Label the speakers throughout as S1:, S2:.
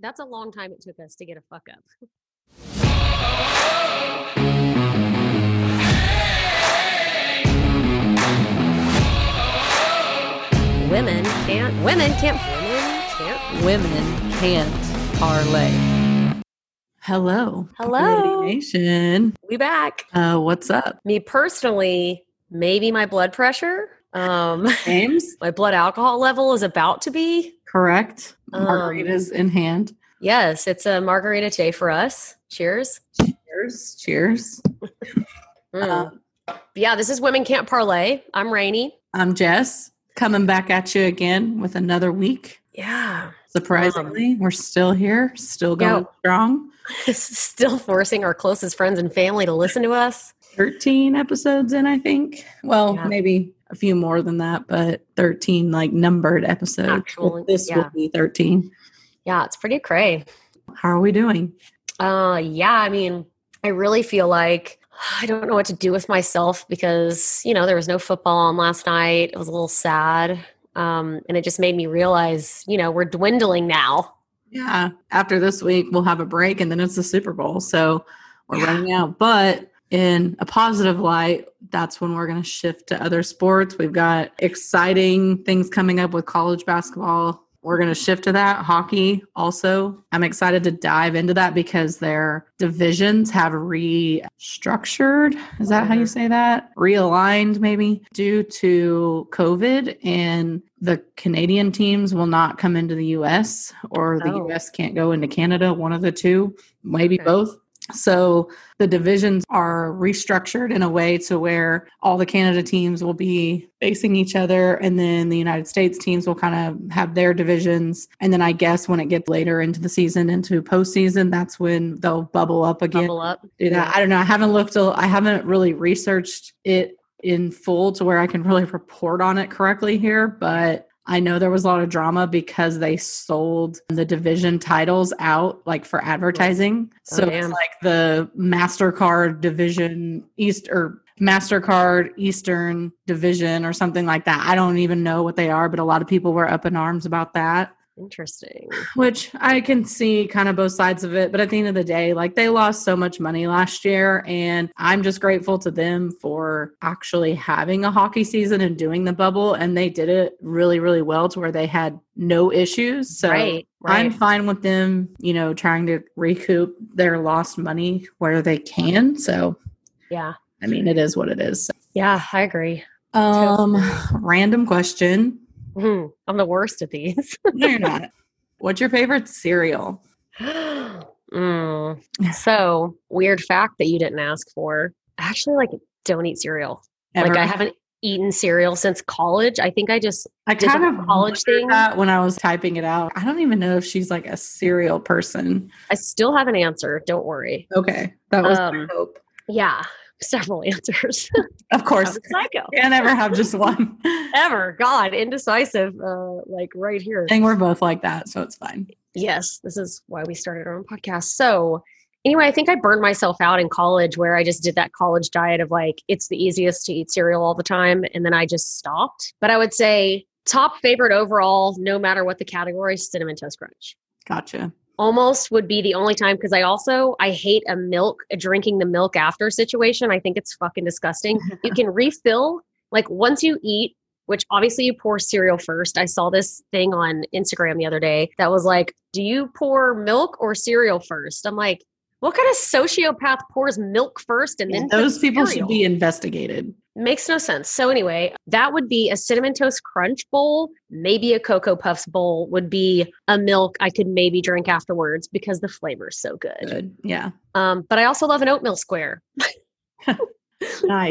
S1: That's a long time it took us to get a fuck up. Women can't. Women can't. Women can't.
S2: Women can't parlay. Hello.
S1: Hello.
S2: Party Nation.
S1: We back.
S2: Uh, what's up,
S1: Me personally, maybe my blood pressure. Um,
S2: James?
S1: my blood alcohol level is about to be.
S2: Correct.
S1: Um,
S2: Margaritas in hand.
S1: Yes, it's a margarita day for us. Cheers.
S2: Cheers. Cheers.
S1: Mm.
S2: Um,
S1: yeah, this is Women Can't Parlay. I'm Rainey.
S2: I'm Jess, coming back at you again with another week.
S1: Yeah.
S2: Surprisingly,
S1: Um,
S2: we're still here, still going strong.
S1: Still forcing our closest friends and family to listen to us.
S2: 13 episodes in, I think. Well,
S1: Yeah.
S2: maybe a few more than that, but 13 like numbered episodes.
S1: Actual,
S2: this
S1: yeah.
S2: will be 13.
S1: Yeah, it's pretty cray.
S2: How are we doing?
S1: Uh, yeah, I mean, I really feel like I don't know what to do with myself because, you know, there was no football on last night. It was a little sad. Um, and it just made me realize, you know, we're dwindling now.
S2: Yeah. After this week, we'll have a break and then it's the Super Bowl. So we're
S1: Yeah.
S2: running out. But in a positive light, that's when we're going to shift to other sports. We've got exciting things coming up with college basketball. We're going to shift to that. Hockey also. I'm excited to dive into that because their divisions have restructured. Is that how you say that? Realigned, maybe due to COVID, and the Canadian teams will not come into the US or the
S1: Oh.
S2: US can't go into Canada, one of the two, maybe
S1: Okay.
S2: both. So the divisions are restructured in a way to where all the Canada teams will be facing each other, and then the United States teams will kind of have their divisions. And then I guess when it gets later into the season, into postseason, that's when they'll bubble up again.
S1: Bubble up.
S2: Do that. I don't know. I haven't looked. a- I haven't really researched it in full to where I can really report on it correctly here, but. I know there was a lot of drama because they sold the division titles out like for advertising.
S1: Oh,
S2: So it's
S1: damn.
S2: like the MasterCard division East or MasterCard Eastern division or something like that. I don't even know what they are, but a lot of people were up in arms about that
S1: Interesting.
S2: which I can see kind of both sides of it. But at the end of the day, like they lost so much money last year, and I'm just grateful to them for actually having a hockey season and doing the bubble. And they did it really, really well to where they had no issues. So
S1: right. Right.
S2: I'm fine with them, you know, trying to recoup their lost money where they can. So,
S1: yeah.
S2: I mean, it is what it is.
S1: Yeah, I agree.
S2: Um, random question.
S1: Mhm. I'm the worst at these.
S2: No, you're not. What's your favorite cereal?
S1: mm. So weird fact that you didn't ask for. I Actually, like don't eat cereal. Like I
S2: Ever?
S1: haven't eaten cereal since college. I think I just
S2: I
S1: did
S2: kind
S1: the
S2: of
S1: college
S2: college
S1: thing.
S2: that when I was typing it out. I don't even know if she's like a serial person.
S1: I still have an answer. Don't worry.
S2: Okay, that was my
S1: Um,
S2: hope.
S1: Yeah, several answers.
S2: Of
S1: I'm a
S2: course,
S1: psycho.
S2: can't ever have just one. I
S1: Ever. God, indecisive. Uh, like right here.
S2: think we're both like that, so it's fine.
S1: Yes, this is why we started our own podcast. So, anyway, I think I burned myself out in college where I just did that college diet of like, it's the easiest to eat cereal all the time. And then I just stopped. But I would say, top favorite overall, no matter what the category, Cinnamon Toast Crunch.
S2: Gotcha.
S1: Almost would be the only time because I also I hate a milk a drinking the milk after situation. I think it's fucking disgusting. You can refill like once you eat which obviously you pour cereal first. I saw this thing on Instagram the other day that was like, do you pour milk or cereal first? I'm like, what kind of sociopath pours milk first and then
S2: Those
S1: puts
S2: people
S1: cereal?
S2: should be investigated.
S1: makes no sense. So anyway, that would be a cinnamon toast crunch bowl, maybe a cocoa puffs bowl would be a milk I could maybe drink afterwards because the flavor is so good.
S2: Good. Yeah.
S1: Um, but I also love an oatmeal square,
S2: Nice.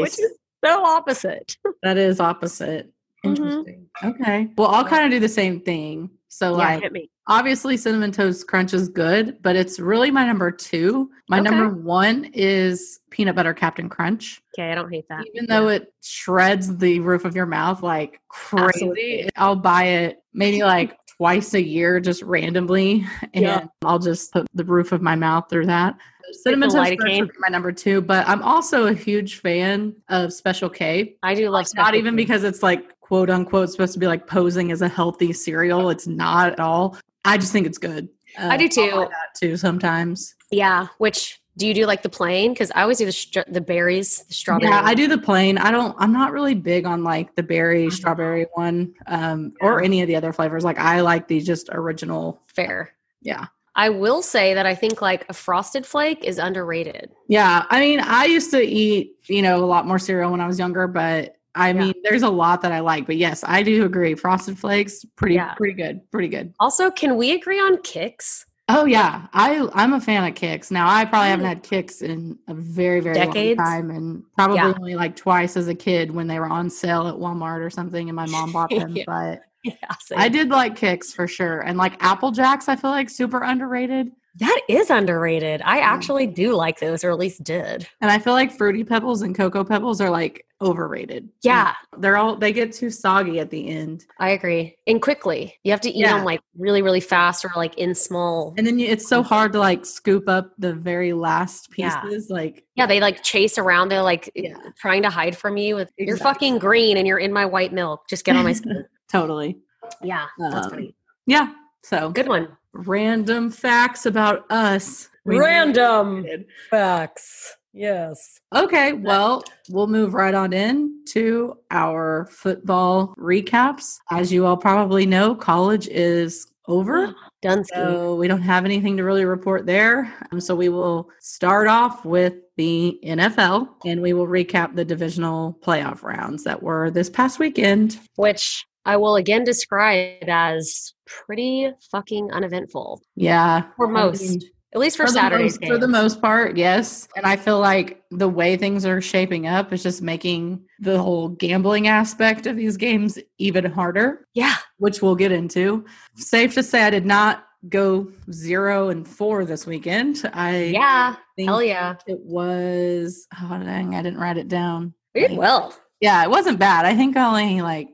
S1: which is so opposite.
S2: that is opposite.
S1: Mhm.
S2: Interesting. Okay. Well, I'll kind of do the same thing. So,
S1: yeah,
S2: like,
S1: hit me.
S2: obviously cinnamon toast crunch is good but it's really my number two my
S1: Okay.
S2: number one is peanut butter captain crunch
S1: Okay, I don't hate that.
S2: even though it shreds the roof of your mouth like crazy
S1: Absolutely.
S2: i'll buy it maybe like twice a year just randomly and
S1: Yeah.
S2: i'll just put the roof of my mouth through that cinnamon
S1: Like
S2: toast
S1: the
S2: crunch
S1: lidocaine.
S2: would be my number two but i'm also a huge fan of special k
S1: I do love
S2: it's not
S1: special
S2: even
S1: food.
S2: because it's like quote unquote supposed to be like posing as a healthy cereal. It's not at all. I just think it's good.
S1: I do too.
S2: all of that too sometimes.
S1: Yeah. Which do you do like the plain? Because I always do the str- the berries, the strawberry.
S2: Yeah, I do the plain. I don't. I'm not really big on like the
S1: Uh-huh.
S2: berry strawberry one, um, or any of the other flavors. Like I like the just original.
S1: fair.
S2: Yeah,
S1: I will say that I think like a frosted flake is underrated.
S2: yeah. I mean, I used to eat you know a lot more cereal when I was younger, but I
S1: Yeah.
S2: mean, there's a lot that I like. But yes, I do agree. Frosted Flakes, pretty
S1: Yeah.
S2: pretty good, pretty good.
S1: Also, can we agree on kicks?
S2: Oh yeah, I I'm a fan of kicks. Now I probably haven't
S1: Mm.
S2: had kicks in a very very
S1: Decades?
S2: long time, and probably
S1: Yeah.
S2: only like twice as a kid when they were on sale at Walmart or something, and my mom bought them.
S1: Yeah.
S2: But
S1: Yeah,
S2: I did like kicks for sure, and like Apple Jacks, I feel like super underrated,
S1: that is underrated. I actually do like those, or at least did.
S2: and I feel like Fruity Pebbles and Cocoa Pebbles are like overrated.
S1: Yeah.
S2: they're all they get too soggy at the end,
S1: I agree. And quickly, you have to eat
S2: Yeah.
S1: them like really, really fast or like in small.
S2: and then you, it's so hard to like scoop up the very last
S1: Mm-hmm. Yeah.
S2: pieces. Like
S1: Yeah, they like chase around. They're like eh,
S2: Yeah.
S1: trying to hide from you. With, You're
S2: Exactly.
S1: fucking green and you're in my white milk. Just get on my skin.
S2: totally,
S1: yeah, that's
S2: Um,
S1: funny.
S2: yeah. So
S1: Good one.
S2: random facts about us. We
S1: Random
S2: needed.
S1: facts. Yes.
S2: Okay, well, we'll move right on in to our football recaps. As you all probably know, college is over.
S1: Dunsky.
S2: So we don't have anything to really report there. Um, so we will start off with the NFL and we will recap the divisional playoff rounds that were this past weekend.
S1: which I will again describe as pretty fucking uneventful
S2: Yeah.
S1: for
S2: I
S1: most,
S2: mean,
S1: at least for,
S2: the
S1: Saturday's
S2: most- for the
S1: games.
S2: most part, yes. And I feel like the way things are shaping up is just making the whole gambling aspect of these games even harder,
S1: yeah,
S2: which we'll get into. Safe to say, I did not go zero and four this weekend. I
S1: yeah,
S2: think
S1: hell yeah,
S2: it was. Oh dang, I didn't write it down.
S1: we did well.
S2: Yeah, it wasn't bad. I think I only like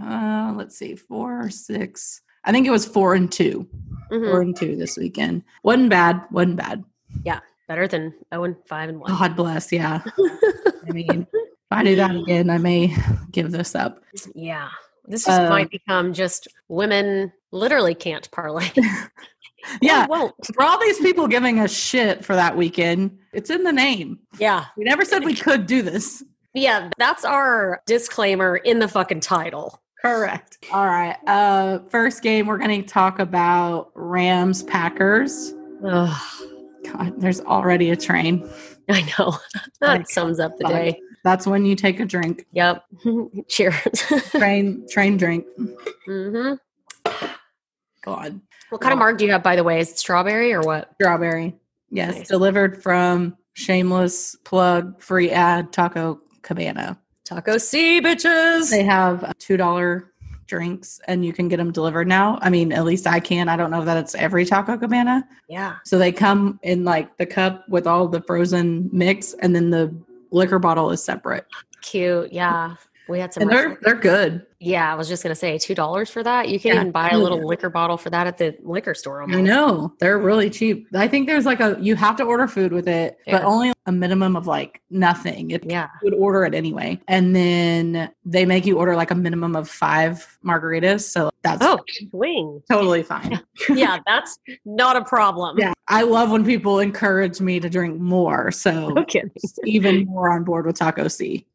S2: uh, let's see, four or six. I think it was four and 2
S1: Mhm.
S2: four and two this weekend. wasn't bad, wasn't bad.
S1: Better than zero and five and one.
S2: God bless. Yeah. I mean, if I do that again, I may give this up.
S1: Yeah, this just
S2: Uh,
S1: might become just women literally can't parlay.
S2: Yeah. Oh,
S1: They won't.
S2: For all these people giving us shit for that weekend, it's in the name.
S1: Yeah,
S2: We never said we could do this.
S1: yeah, that's our disclaimer in the fucking title.
S2: Correct. All right. Uh first game we're gonna talk about Rams Packers.
S1: Ugh,
S2: God, there's already a train.
S1: I know that
S2: Like,
S1: sums up the
S2: like-
S1: day.
S2: That's when you take a drink.
S1: Yep. Cheers.
S2: Train, train drink.
S1: hmm
S2: God.
S1: What kind of mark do you have, by the way? Is it strawberry or what?
S2: Strawberry. Yes.
S1: Nice.
S2: Delivered from shameless plug free ad Taco Cabana.
S1: Taco C, bitches.
S2: They have uh, two dollar drinks, and you can get them delivered now. I mean, at least I can. I don't know that it's every Taco Cabana.
S1: yeah.
S2: So they come in like the cup with all the frozen mix, and then the liquor bottle is separate.
S1: Cute. Yeah. We had some.
S2: And they're they're good.
S1: yeah, I was just gonna say two dollars for that. You can
S2: Yeah.
S1: even buy a
S2: Oh,
S1: little
S2: yeah.
S1: liquor bottle for that at the liquor store.
S2: I know they're really cheap. I think there's like a you have to order food with it, but
S1: Yeah.
S2: only a minimum of like nothing. It,
S1: Yeah.
S2: you would order it anyway, and then they make you order like a minimum of five margaritas. So that's
S1: Oh, swing.
S2: totally fine.
S1: Yeah, that's not a problem.
S2: Yeah, I love when people encourage me to drink more. So
S1: Okay.
S2: even more on board with Taco C.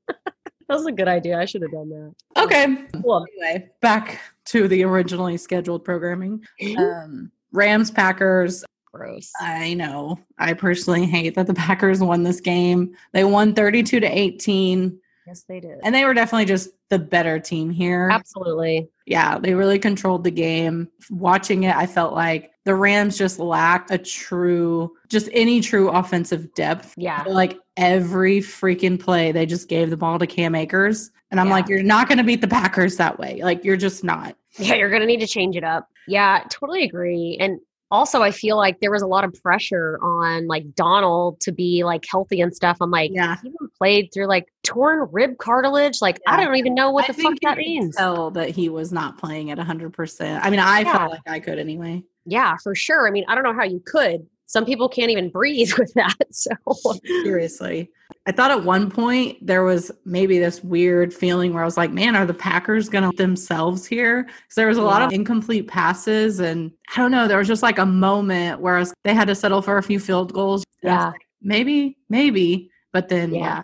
S1: That was a good idea. I should have done that.
S2: Okay.
S1: Well,
S2: Anyway, back to the originally scheduled programming. Um, Rams Packers.
S1: gross.
S2: I know. I personally hate that the Packers won this game. They won 32 to 18,
S1: Yes, they did.
S2: and they were definitely just the better team here.
S1: Absolutely.
S2: Yeah, they really controlled the game. Watching it, I felt like the Rams just lacked a true, just any true offensive depth.
S1: Yeah.
S2: Like every freaking play, they just gave the ball to Cam Akers. And I'm
S1: Yeah.
S2: like, you're not going to beat the Packers that way. Like, you're just not.
S1: Yeah, you're going to need to change it up. Yeah, totally agree. And also, I feel like there was a lot of pressure on like Donald to be like healthy and stuff. I'm like,
S2: Yeah.
S1: he even played through like torn rib cartilage. Like, I
S2: Yeah.
S1: don't even know what
S2: I
S1: the fuck
S2: think you
S1: that
S2: could
S1: means.
S2: Tell that he was not playing at 100%. I mean, I
S1: Yeah.
S2: felt like I could anyway.
S1: Yeah, for sure. I mean, I don't know how you could. Some people can't even breathe with that. So,
S2: Seriously. I thought at one point there was maybe this weird feeling where I was like, man, are the Packers going to themselves here? Because there was a lot of incomplete passes. And I don't know, there was just like a moment where was, they had to settle for a few field goals.
S1: Yeah.
S2: Like, maybe, maybe. But then,
S1: Yeah.
S2: yeah,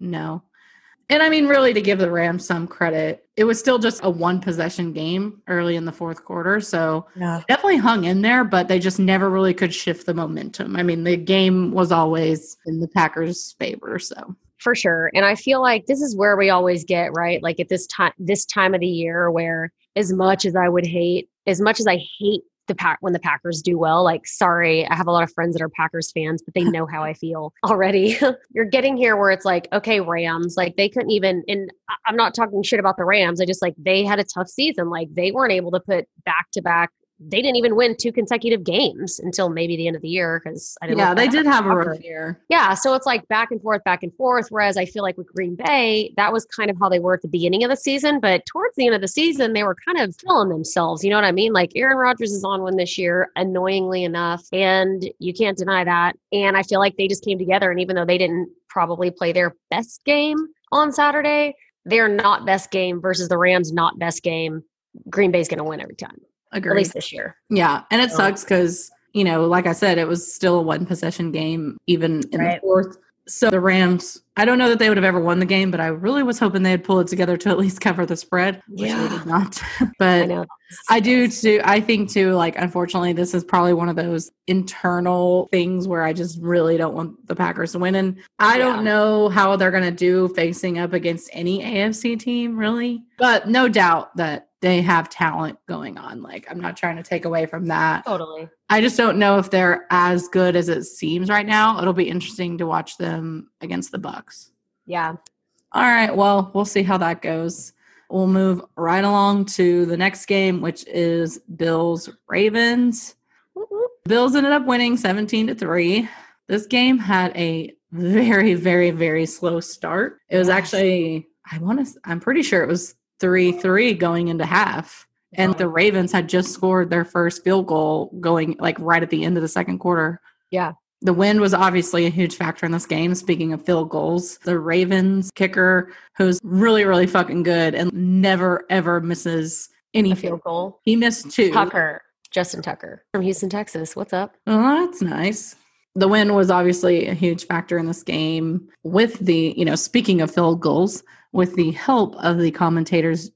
S2: no. And I mean, really, to give the Rams some credit, it was still just a one possession game early in the fourth quarter. So
S3: Yeah.
S2: definitely hung in there, but they just never really could shift the momentum. I mean, the game was always in the Packers' favor. So,
S1: for sure and i feel like this is where we always get right like at this time this time of the year where as much as i would hate as much as i hate the pack when the packers do well like sorry i have a lot of friends that are packers fans but they know how i feel already you're getting here where it's like okay rams like they couldn't even and I- i'm not talking shit about the rams i just like they had a tough season like they weren't able to put back to back they didn't even win two consecutive games until maybe the end of the year because i didn't
S2: yeah,
S1: look
S2: they
S1: back.
S2: did have a rough
S1: Awkward.
S2: year.
S1: Yeah, so it's like back and forth, back and forth. Whereas I feel like with Green Bay, that was kind of how they were at the beginning of the season. But towards the end of the season, they were kind of filling themselves. You know what I mean? Like Aaron Rodgers is on one this year, annoyingly enough, and you can't deny that. And I feel like they just came together. And even though they didn't probably play their best game on Saturday, their not best game versus the Rams' not best game. Green Bay's going to win every time,
S2: Agreed.
S1: at least this year.
S2: yeah, and it
S1: So-
S2: sucks because, you know, like I said, it was still a one possession game, even in the
S1: Right.
S2: fourth. So the Rams, I don't know that they would have ever won the game, but I really was hoping they'd pull it together to at least cover the spread, which
S1: Yeah.
S2: they did not.
S1: I
S2: but
S1: know.
S2: I do too. I think too, like, unfortunately, this is probably one of those internal things where I just really don't want the Packers to win. And I don't
S1: Yeah.
S2: know how they're going to do facing up against any AFC team, really. But no doubt that they have talent going on. Like, I'm not trying to take away from that.
S1: Totally.
S2: I just don't know if they're as good as it seems right now. It'll be interesting to watch them against the Bucks.
S1: Yeah.
S2: All right. Well, we'll see how that goes. We'll move right along to the next game, which is Bills Ravens.
S1: Whoop, whoop.
S2: Bills ended up winning 17 to 3. This game had a very, very, very slow start. It was
S1: Yeah.
S2: actually, I want to, I'm pretty sure it was 3 3 going into half. And
S1: Um,
S2: the Ravens had just scored their first field goal going like right at the end of the second quarter.
S1: Yeah.
S2: The wind was obviously a huge factor in this game. Speaking of field goals, the Ravens kicker, who's really, really fucking good and never, ever misses any
S1: A
S2: field.
S1: field goal.
S2: He missed two.
S1: Tucker, Justin Tucker from Houston, Texas. What's up?
S2: Well, Oh, that's nice. The win was obviously a huge factor in this game. With the, you know, speaking of field goals, with the help of the commentators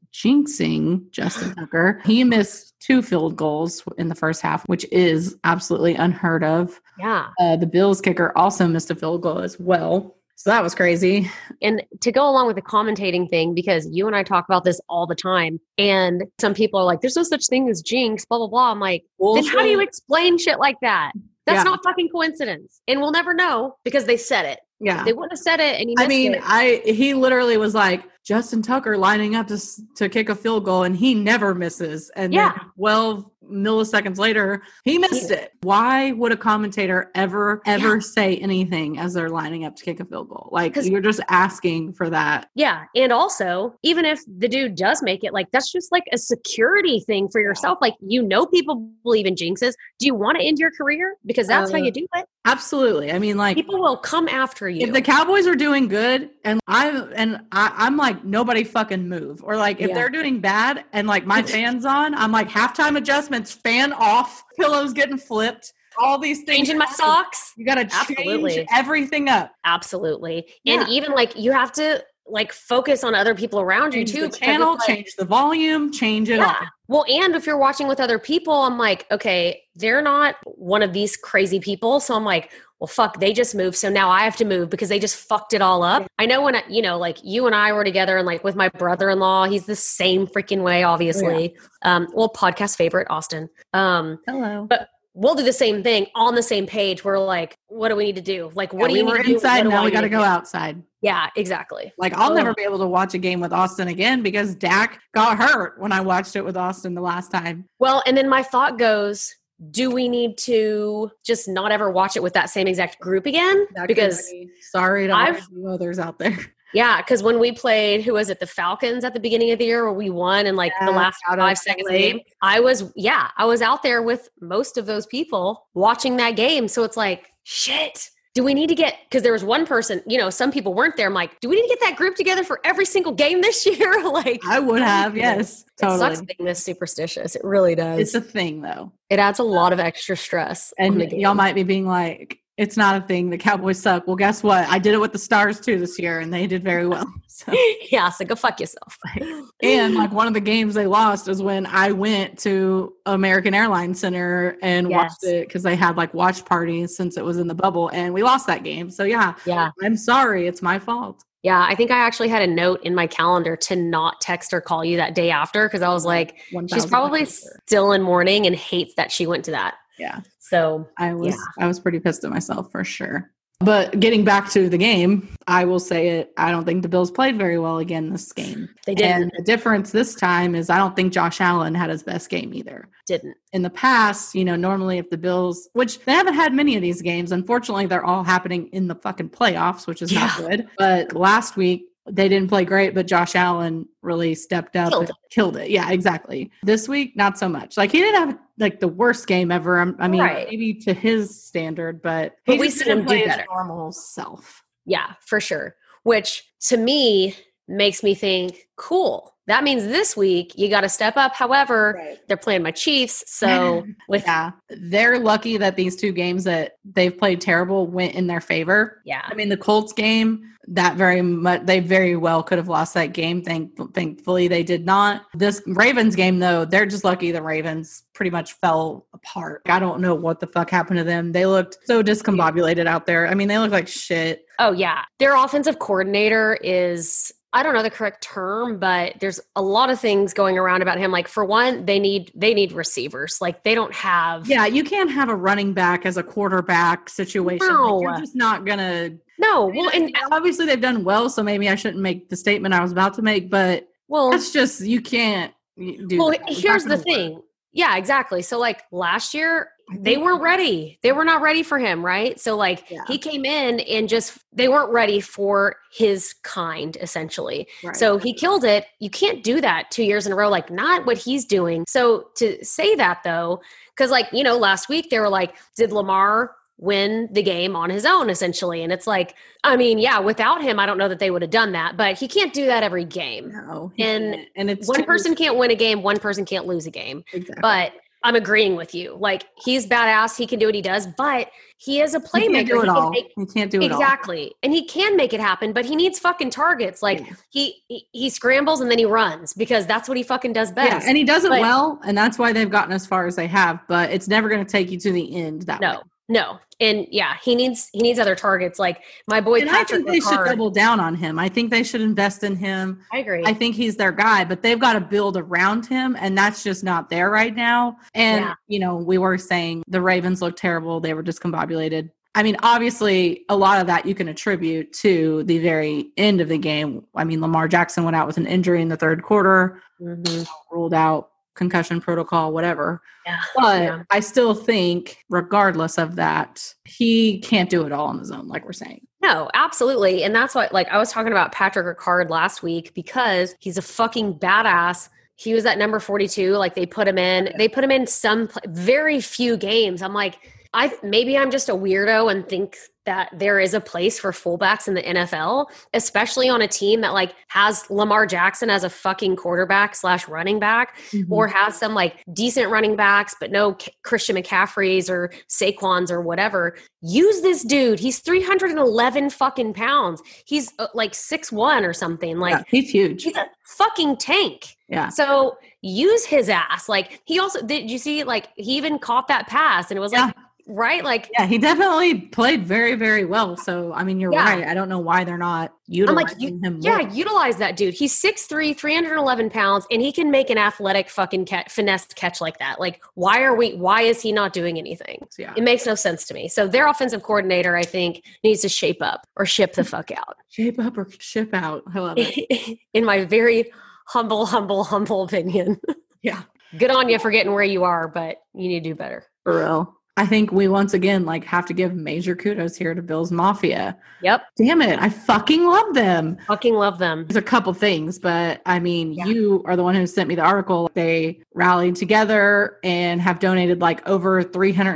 S2: jinxing Justin Tucker, he missed two field goals in the first half, which is absolutely unheard of.
S1: Yeah.
S2: Uh, the Bills kicker also missed a field goal as well. So that was crazy.
S1: And to go along with the commentating thing, because you and I talk about this all the time, and some people are like, there's no such thing as jinx, blah, blah, blah. I'm like, then how do you explain shit like that? That's
S2: Yeah.
S1: not fucking coincidence. And we'll never know because they said it.
S2: Yeah.
S1: They wouldn't have said it. And you
S2: I
S1: missed
S2: mean,
S1: it.
S2: I he literally was like Justin Tucker lining up to s- to kick a field goal, and he never misses. And then
S1: Yeah.
S2: twelve milliseconds later, he missed it. Why would a commentator ever ever say anything as they're lining up to kick a field goal? Like
S1: 'Cause-
S2: you're just asking for that.
S1: Yeah. And also, even if the dude does make it, like that's just like a security thing for yourself. Like, you know, people believe in jinxes. Do you want to end your career? Because that's how
S2: Uh,
S1: you do it.
S2: Absolutely. I mean, like
S1: People will come after you.
S2: if the Cowboys are doing good and I and I, I'm like nobody fucking move or like if
S1: Yeah.
S2: they're doing bad and like my fans on, I'm like halftime adjustments, fan off, pillows getting flipped, all these things.
S1: changing my
S2: happen.
S1: socks.
S2: You gotta
S1: Absolutely.
S2: change everything up.
S1: Absolutely.
S2: Yeah.
S1: And even like you have to like focus on other people around you
S2: Change
S1: too.
S2: the
S1: because
S2: channel,
S1: it's like-
S2: change the volume, change it
S1: Yeah.
S2: all.
S1: Well, and if you're watching with other people, I'm like, okay, they're not one of these crazy people. So I'm like, well, fuck, they just moved. So now I have to move because they just fucked it all up. I know when, I, you know, like you and I were together and like with my brother in law, he's the same freaking way, obviously. Um, well, podcast favorite, Austin. Um,
S2: Hello.
S1: we'll do the same thing on the same page. We're like, what do we need to do? Like, what do
S2: we
S1: you
S2: were
S1: need to do? What
S2: inside,
S1: do
S2: now
S1: I
S2: we
S1: need
S2: gotta
S1: to
S2: go
S1: do?
S2: outside.
S1: Yeah, exactly.
S2: Like I'll
S1: Oh.
S2: never be able to watch a game with Austin again because Dak got hurt when I watched it with Austin the last time.
S1: Well, and then my thought goes, do we need to just not ever watch it with that same exact group again?
S2: Dak
S1: Because
S2: Kennedy, sorry to all
S1: I've-
S2: you others out there.
S1: yeah, because when we played, who was it, the Falcons at the beginning of the year where we won in like
S2: Yeah,
S1: the last
S2: out of
S1: five seconds of the
S2: LA.
S1: game, I was yeah, I was out there with most of those people watching that game. So it's like, shit, do we need to get because there was one person you know some people weren't there i'm like do we need to get that group together for every single game this year like
S2: I would have, yes.
S1: it sucks being this superstitious it really does
S2: It's a thing though.
S1: it adds a lot of extra stress on
S2: And
S1: the game.
S2: y'all might be being like, it's not a thing. The Cowboys suck. Well, guess what? I did it with the Stars too this year and they did very well. So
S1: yeah so go fuck yourself
S2: and like one of the games they lost is when I went to American Airlines Center and watched
S1: Yes.
S2: it because they had like watch parties since it was in the bubble and we lost that game. So yeah,
S1: yeah
S2: I'm sorry. It's my fault.
S1: yeah i think i actually had a note in my calendar to not text or call you that day after because i was like she's
S2: 1000%
S1: probably
S2: sure.
S1: still in mourning and hates that she went to that
S2: yeah.
S1: so
S2: I was I was pretty pissed at myself for sure. But getting back to the game, I will say it. I don't think the Bills played very well again this game.
S1: they didn't
S2: And the difference this time is I don't think Josh Allen had his best game either.
S1: didn't
S2: In the past, you know, normally if the Bills, which they haven't had many of these games, unfortunately, they're all happening in the fucking playoffs, which is not good. But last week, they didn't play great, but Josh Allen really stepped up
S1: Killed
S2: and killed it. Yeah, exactly. This week, not so much. Like he didn't have like the worst game ever. I'm- I mean,
S1: Right.
S2: maybe to his standard, but,
S1: But
S2: he
S1: we've
S2: just
S1: seen him
S2: didn't
S1: do
S2: play his
S1: better.
S2: normal self.
S1: Yeah, for sure. Which to me makes me think, cool. That means this week you got to step up. However,
S2: Right.
S1: they're playing my Chiefs, so with yeah.
S2: Yeah, they're lucky that these two games that they've played terrible went in their favor. I mean, the Colts game that very much they very well could have lost that game. Thank, thankfully, they did not. This Ravens game though, they're just lucky the Ravens pretty much fell apart. I don't know what the fuck happened to them. They looked so discombobulated out there. I mean, they looked like shit.
S1: Oh yeah, their offensive coordinator is I don't know the correct term, but there's a lot of things going around about him. Like for one, they need they need receivers. Like they don't have
S2: Yeah, you can't have a running back as a quarterback situation. Like,
S1: No.
S2: you're just not gonna.
S1: no. Well,
S2: Well,
S1: and
S2: obviously they've done well, so maybe I shouldn't make the statement I was about to make, but
S1: well,
S2: That's just you can't y- do.
S1: well.
S2: that. It's not
S1: Here's the
S2: gonna work.
S1: thing. Yeah, exactly. So like last year,
S2: I
S1: they
S2: think-
S1: weren't ready. They were not ready for him, right? So like
S2: Yeah.
S1: he came in and just they weren't ready for his kind essentially.
S2: Right.
S1: So he killed it. You can't do that 2 years in a row like not what he's doing. So to say that though cuz like, you know, last week they were like did Lamar win the game on his own essentially and it's like I mean, yeah, without him I don't know that they would have done that, but he can't do that every game.
S2: no, he
S1: and
S2: can't. and it's
S1: One
S2: too-
S1: person can't win a game, one person can't lose a game
S2: exactly.
S1: but I'm agreeing with you. Like he's badass, he can do what he does, but he is a
S2: He
S1: playmaker.
S2: can't do
S1: He
S2: it
S1: can
S2: all.
S1: make-
S2: He can't do it all.
S1: exactly, and he can make it happen, but he needs fucking targets. Like
S2: Yeah.
S1: he, he he scrambles and then he runs because that's what he fucking does
S2: Yeah,
S1: best.
S2: and he does it
S1: But-
S2: well, and that's why they've gotten as far as they have. But it's never going to take you to the end. That way.
S1: no, no, and yeah, he needs he needs other targets. Like my boy
S2: And I
S1: Patrick
S2: think they should
S1: Ricard.
S2: double down on him. I think they should invest in him.
S1: I agree.
S2: I think he's their guy, but they've got to build around him, and that's just not there right now. And
S1: Yeah.
S2: you know, we were saying the Ravens looked terrible; they were discombobulated. I mean, obviously, a lot of that you can attribute to the very end of the game. I mean, Lamar Jackson went out with an injury in the third quarter,
S1: Mhm.
S2: ruled out concussion protocol, whatever.
S1: Yeah.
S2: But
S1: Yeah.
S2: I still think, regardless of that, he can't do it all on his own, like we're saying.
S1: No, absolutely. And that's why, like, I was talking about Patrick Ricard last week because he's a fucking badass. He was at number 42. Like, they put him in, they put him in some pl- very few games. I'm like, I maybe I'm just a weirdo and think that there is a place for fullbacks in the NFL, especially on a team that like has Lamar Jackson as a fucking quarterback slash running back
S2: Mm.
S1: or has some like decent running backs, but no K- Christian McCaffreys or Saquons or whatever. Use this dude. He's 311 fucking pounds. He's uh, like six one or something. Like
S2: Yeah, he's huge.
S1: he's a fucking tank.
S2: Yeah.
S1: So use his ass. Like he also did you see like he even caught that pass and it was like right? Like
S2: Yeah, he definitely played very, very well. So I mean, you're
S1: Yeah.
S2: right. I don't know why they're not utilizing
S1: like, you-
S2: him.
S1: yeah,
S2: more.
S1: utilize that dude. He's 6'3, 311 pounds, and he can make an athletic fucking ca- finesse catch like that. Like, why are we, why is he not doing anything?
S2: So, yeah.
S1: It makes no sense to me. So their offensive coordinator, I think, needs to shape up or ship the fuck out.
S2: Shape up or ship out. I love it.
S1: In my very humble, humble, humble opinion.
S2: Yeah.
S1: Good on you for getting where you are, but you need to do better.
S2: For real. I think we once again like have to give major kudos here to Bill's Mafia.
S1: Yep.
S2: Damn it, I fucking love them.
S1: Fucking love them.
S2: There's a couple things, but I mean, yeah. you are the one who sent me the article. They rallied together and have donated like over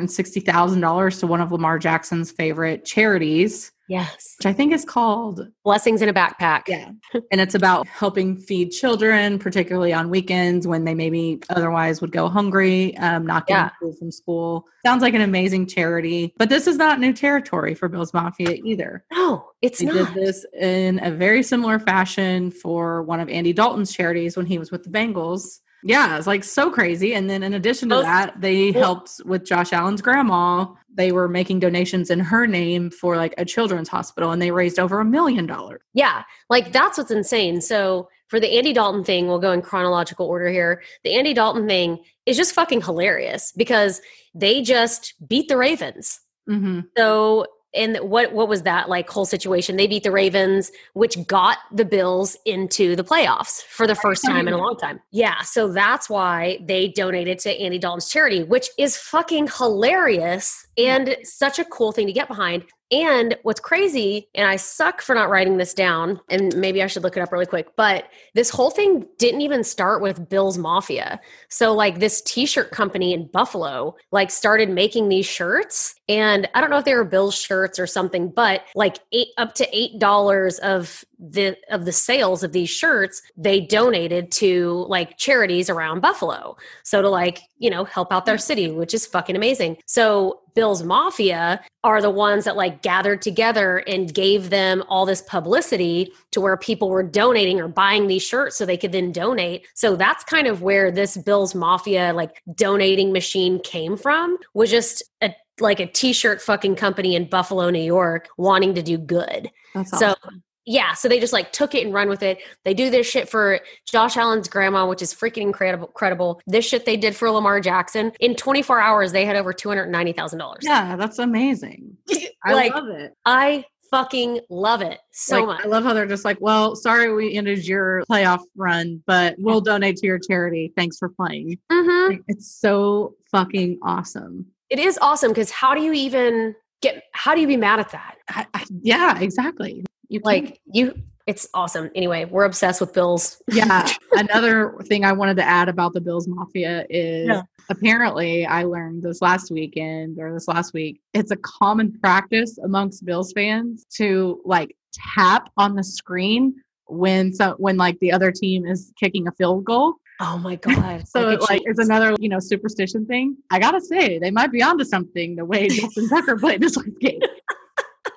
S2: $360,000 to one of Lamar Jackson's favorite charities.
S1: Yes.
S2: Which I think is called
S1: Blessings in a Backpack.
S2: Yeah. and it's about helping feed children, particularly on weekends when they maybe otherwise would go hungry, um, not getting yeah. food from school. Sounds like an amazing charity, but this is not new territory for Bill's Mafia either.
S1: No, it's
S2: they
S1: not.
S2: did this in a very similar fashion for one of Andy Dalton's charities when he was with the Bengals. Yeah, it's like so crazy. And then in addition to that, they helped with Josh Allen's grandma. They were making donations in her name for like a children's hospital and they raised over a million dollars.
S1: Yeah, like that's what's insane. So for the Andy Dalton thing, we'll go in chronological order here. The Andy Dalton thing is just fucking hilarious because they just beat the Ravens.
S2: Mm-hmm.
S1: So and what what was that like whole situation? They beat the Ravens, which got the Bills into the playoffs for the first time in a long time. Yeah, so that's why they donated to Andy Dalton's charity, which is fucking hilarious and such a cool thing to get behind. And what's crazy, and I suck for not writing this down, and maybe I should look it up really quick, but this whole thing didn't even start with Bill's Mafia. So, like, this t shirt company in Buffalo, like, started making these shirts. And I don't know if they were Bill's shirts or something, but like, eight, up to $8 of the of the sales of these shirts they donated to like charities around buffalo so to like you know help out their city which is fucking amazing so bill's mafia are the ones that like gathered together and gave them all this publicity to where people were donating or buying these shirts so they could then donate so that's kind of where this bill's mafia like donating machine came from was just a like a t-shirt fucking company in buffalo new york wanting to do good
S2: that's
S1: so
S2: awesome
S1: yeah, so they just like took it and run with it. They do this shit for Josh Allen's grandma, which is freaking incredible. Credible. This shit they did for Lamar Jackson in 24 hours, they had over two hundred ninety thousand dollars.
S2: Yeah, that's amazing. I
S1: like,
S2: love it.
S1: I fucking love it so
S2: like,
S1: much.
S2: I love how they're just like, well, sorry we ended your playoff run, but we'll donate to your charity. Thanks for playing.
S1: Mm-hmm.
S2: Like, it's so fucking awesome.
S1: It is awesome because how do you even get? How do you be mad at that?
S2: I, I, yeah, exactly
S1: you like you it's awesome anyway we're obsessed with bills
S2: yeah another thing i wanted to add about the bills mafia is yeah. apparently i learned this last weekend or this last week it's a common practice amongst bills fans to like tap on the screen when so when like the other team is kicking a field goal
S1: Oh my god!
S2: so it, like, it's another you know superstition thing. I gotta say, they might be onto something the way Justin Tucker played this week's game.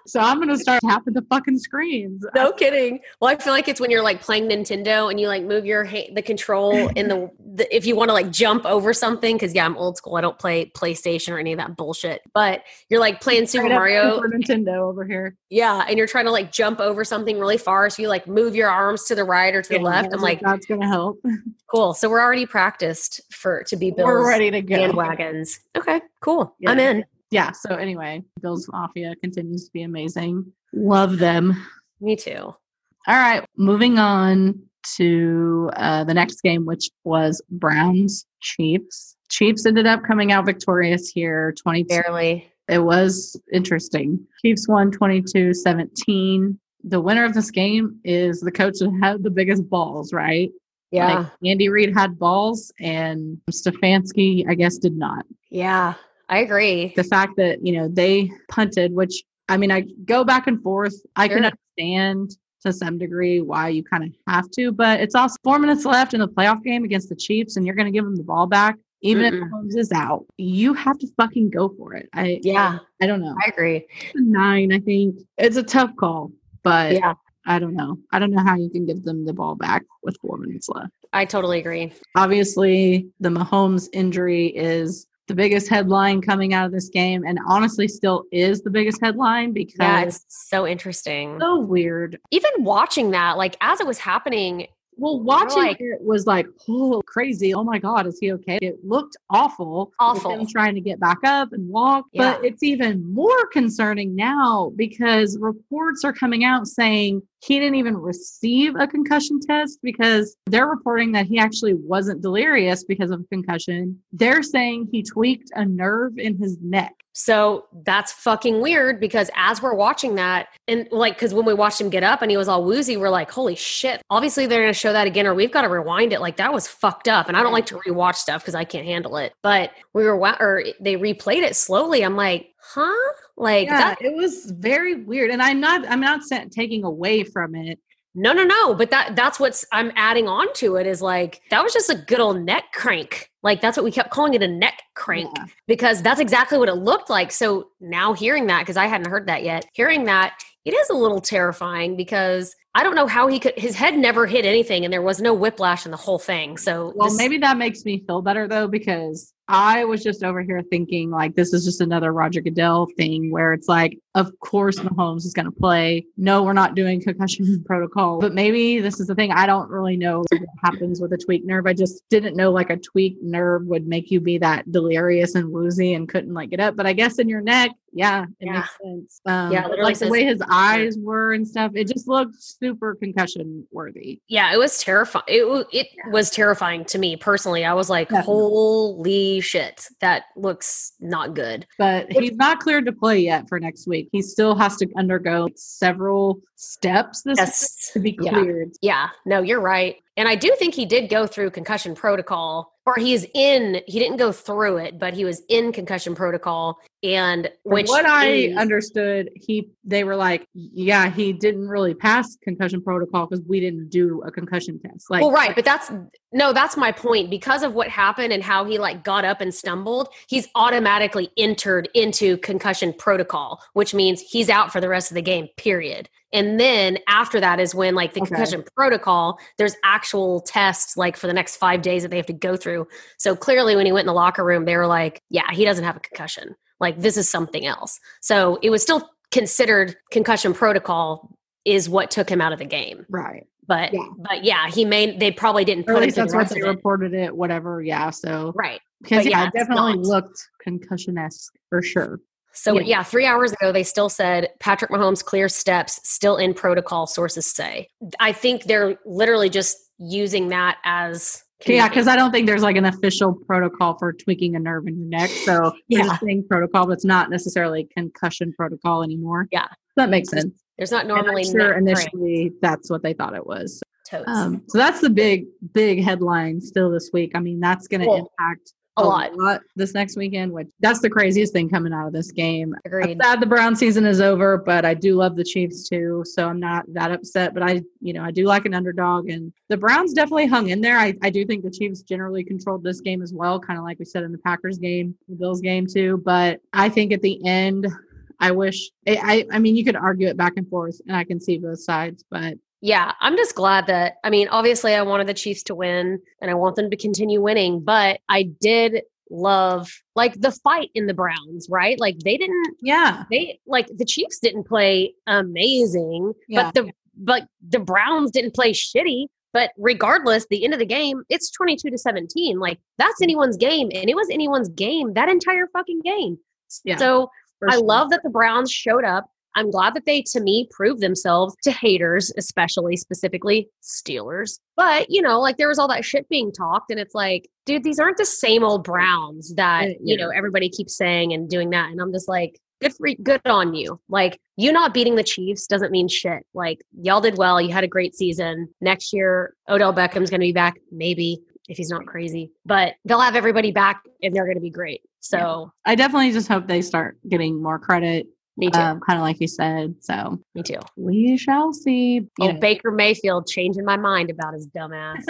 S2: So I'm gonna start tapping the fucking screens.
S1: No kidding. Well, I feel like it's when you're like playing Nintendo and you like move your ha- the control in the, the if you want to like jump over something because yeah, I'm old school. I don't play PlayStation or any of that bullshit. But you're like playing Super
S2: right
S1: Mario,
S2: Super Nintendo over here.
S1: Yeah, and you're trying to like jump over something really far, so you like move your arms to the right or to the yeah, left. I'm like,
S2: that's gonna help.
S1: Cool. So we're already practiced for to be built.
S2: We're ready to go.
S1: Bandwagons. Okay. Cool. Yeah. I'm in
S2: yeah so anyway bill's mafia continues to be amazing love them
S1: me too all
S2: right moving on to uh, the next game which was browns chiefs chiefs ended up coming out victorious here 20
S1: barely
S2: it was interesting chiefs won 22 17 the winner of this game is the coach that had the biggest balls right
S1: yeah
S2: like andy reid had balls and stefanski i guess did not
S1: yeah I agree.
S2: The fact that, you know, they punted, which I mean, I go back and forth. I sure. can understand to some degree why you kind of have to, but it's also four minutes left in the playoff game against the Chiefs, and you're going to give them the ball back. Even Mm-mm. if Holmes is out, you have to fucking go for it. I
S1: yeah,
S2: I, I don't know.
S1: I agree.
S2: Nine, I think it's a tough call, but
S1: yeah,
S2: I don't know. I don't know how you can give them the ball back with four minutes left.
S1: I totally agree.
S2: Obviously, the Mahomes injury is the biggest headline coming out of this game and honestly still is the biggest headline because
S1: yeah, it's Um, so interesting
S2: so weird
S1: even watching that like as it was happening
S2: well watching like, it was like oh crazy oh my god is he okay it looked awful
S1: awful
S2: trying to get back up and walk yeah. but it's even more concerning now because reports are coming out saying he didn't even receive a concussion test because they're reporting that he actually wasn't delirious because of a concussion. They're saying he tweaked a nerve in his neck.
S1: So that's fucking weird because as we're watching that, and like, because when we watched him get up and he was all woozy, we're like, holy shit. Obviously, they're going to show that again or we've got to rewind it. Like, that was fucked up. And I don't like to rewatch stuff because I can't handle it. But we were, wa- or they replayed it slowly. I'm like, huh? Like,
S2: yeah,
S1: that,
S2: it was very weird. And I'm not I'm not sa- taking away from it.
S1: no, no, no. But that that's what's I'm adding on to it is like, that was just a good old neck crank. Like, that's what we kept calling it a neck crank.
S2: Yeah.
S1: because that's exactly what it looked like. So now hearing that, because I hadn't heard that yet, hearing that, it is a little terrifying because I don't know how he could, his head never hit anything and there was no whiplash in the whole thing. So,
S2: Well,
S1: this-
S2: maybe that makes me feel better though, because I was just over here thinking like this is just another Roger Goodell thing where it's like, of course Mahomes is going to play. No, we're not doing concussion protocol, but maybe this is the thing. I don't really know what happens with a tweaked nerve. I just didn't know like a tweaked nerve would make you be that delirious and woozy and couldn't like get up. But I guess in your neck, yeah, it
S1: Yeah.
S2: makes sense. Um,
S1: Yeah, it
S2: but,
S1: literally
S2: like the
S1: says-
S2: way his eyes were and stuff, it just looked super concussion worthy.
S1: yeah, it was terrifying. It, wa- it was terrifying to me personally. I was like,
S2: Definitely.
S1: holy shit, that looks not good.
S2: but
S1: Which-
S2: he's not cleared to play yet for next week. He still has to undergo several steps this week
S1: Yes.
S2: to be
S1: Yeah.
S2: cleared.
S1: Yeah, no, you're right. And I do think he did go through concussion protocol, or he is in, he didn't go through it, but he was in concussion protocol. And
S2: From
S1: which
S2: what I
S1: means-
S2: understood, he they were like, yeah, he didn't really pass concussion protocol because we didn't do a concussion test. Like,
S1: well, right, but that's no, that's my point. Because of what happened and how he like got up and stumbled, he's automatically entered into concussion protocol, which means he's out for the rest of the game, period. And then after that is when like the
S2: Okay.
S1: concussion protocol, there's actual tests like for the next five days that they have to go through. So clearly when he went in the locker room, they were like, Yeah, he doesn't have a concussion. Like this is something else. So it was still considered concussion protocol is what took him out of the game
S2: right.
S1: but
S2: Yeah.
S1: but yeah, he may they probably didn't
S2: Or at
S1: put it
S2: least
S1: to
S2: that's
S1: the
S2: what
S1: rest of it.
S2: they reported it. Whatever. Yeah. So
S1: Right.
S2: because
S1: But
S2: yeah,
S1: yeah,
S2: it
S1: it's
S2: definitely
S1: not.
S2: looked concussion esque for sure.
S1: So
S2: Yeah.
S1: yeah. three hours ago they still said Patrick Mahomes clear steps still in protocol. Sources say. I think they're literally just using that as
S2: Yeah, because I don't think there's like an official protocol for tweaking a nerve in your neck. So yeah.
S1: Yeah.
S2: just saying protocol, but it's not necessarily concussion protocol anymore.
S1: Yeah.
S2: that makes sense.
S1: there's not
S2: And I'm
S1: normally
S2: sure
S1: neck crank
S2: initially that's what they thought it was.
S1: totes.
S2: Um, so that's the big, big headline still this week. I mean, that's going to
S1: Cool.
S2: impact
S1: a lot.
S2: this next weekend. Which that's the craziest thing coming out of this game.
S1: Agreed.
S2: I'm sad the Brown season is over, but I do love the Chiefs too, so I'm not that upset. But I, you know, I do like an underdog, and the Browns definitely hung in there. I, I do think the Chiefs generally controlled this game as well, kind of like we said in the Packers game, the Bills game too. But I think at the end, I wish I, I, I mean, you could argue it back and forth, and I can see both sides, but
S1: Yeah, I'm just glad that I mean, obviously I wanted the Chiefs to win and I want them to continue winning, but I did love like the fight in the Browns, right? Like they didn't
S2: yeah,
S1: they like the Chiefs didn't play amazing,
S2: Yeah.
S1: but the but the Browns didn't play shitty. But regardless, the end of the game, it's twenty two to seventeen. Like that's anyone's game, and it was anyone's game that entire fucking game.
S2: Yeah,
S1: So
S2: for
S1: I
S2: sure.
S1: love that the Browns showed up. I'm glad that they, to me, proved themselves to haters, especially specifically Steelers. But you know, like there was all that shit being talked, and it's like, dude, these aren't the same old Browns that
S2: Uh,
S1: you
S2: yeah.
S1: know everybody keeps saying and doing that. And I'm just like, good for good on you. Like you not beating the Chiefs doesn't mean shit. Like y'all did well. You had a great season. Next year, Odell Beckham's going to be back, maybe if he's not crazy. But they'll have everybody back, and they're going to be great. So
S2: I definitely just hope they start getting more credit,
S1: me too.
S2: um, kind of like you said. So
S1: me too.
S2: we shall see. You
S1: Oh,
S2: know.
S1: Baker Mayfield changing my mind about his dumbass.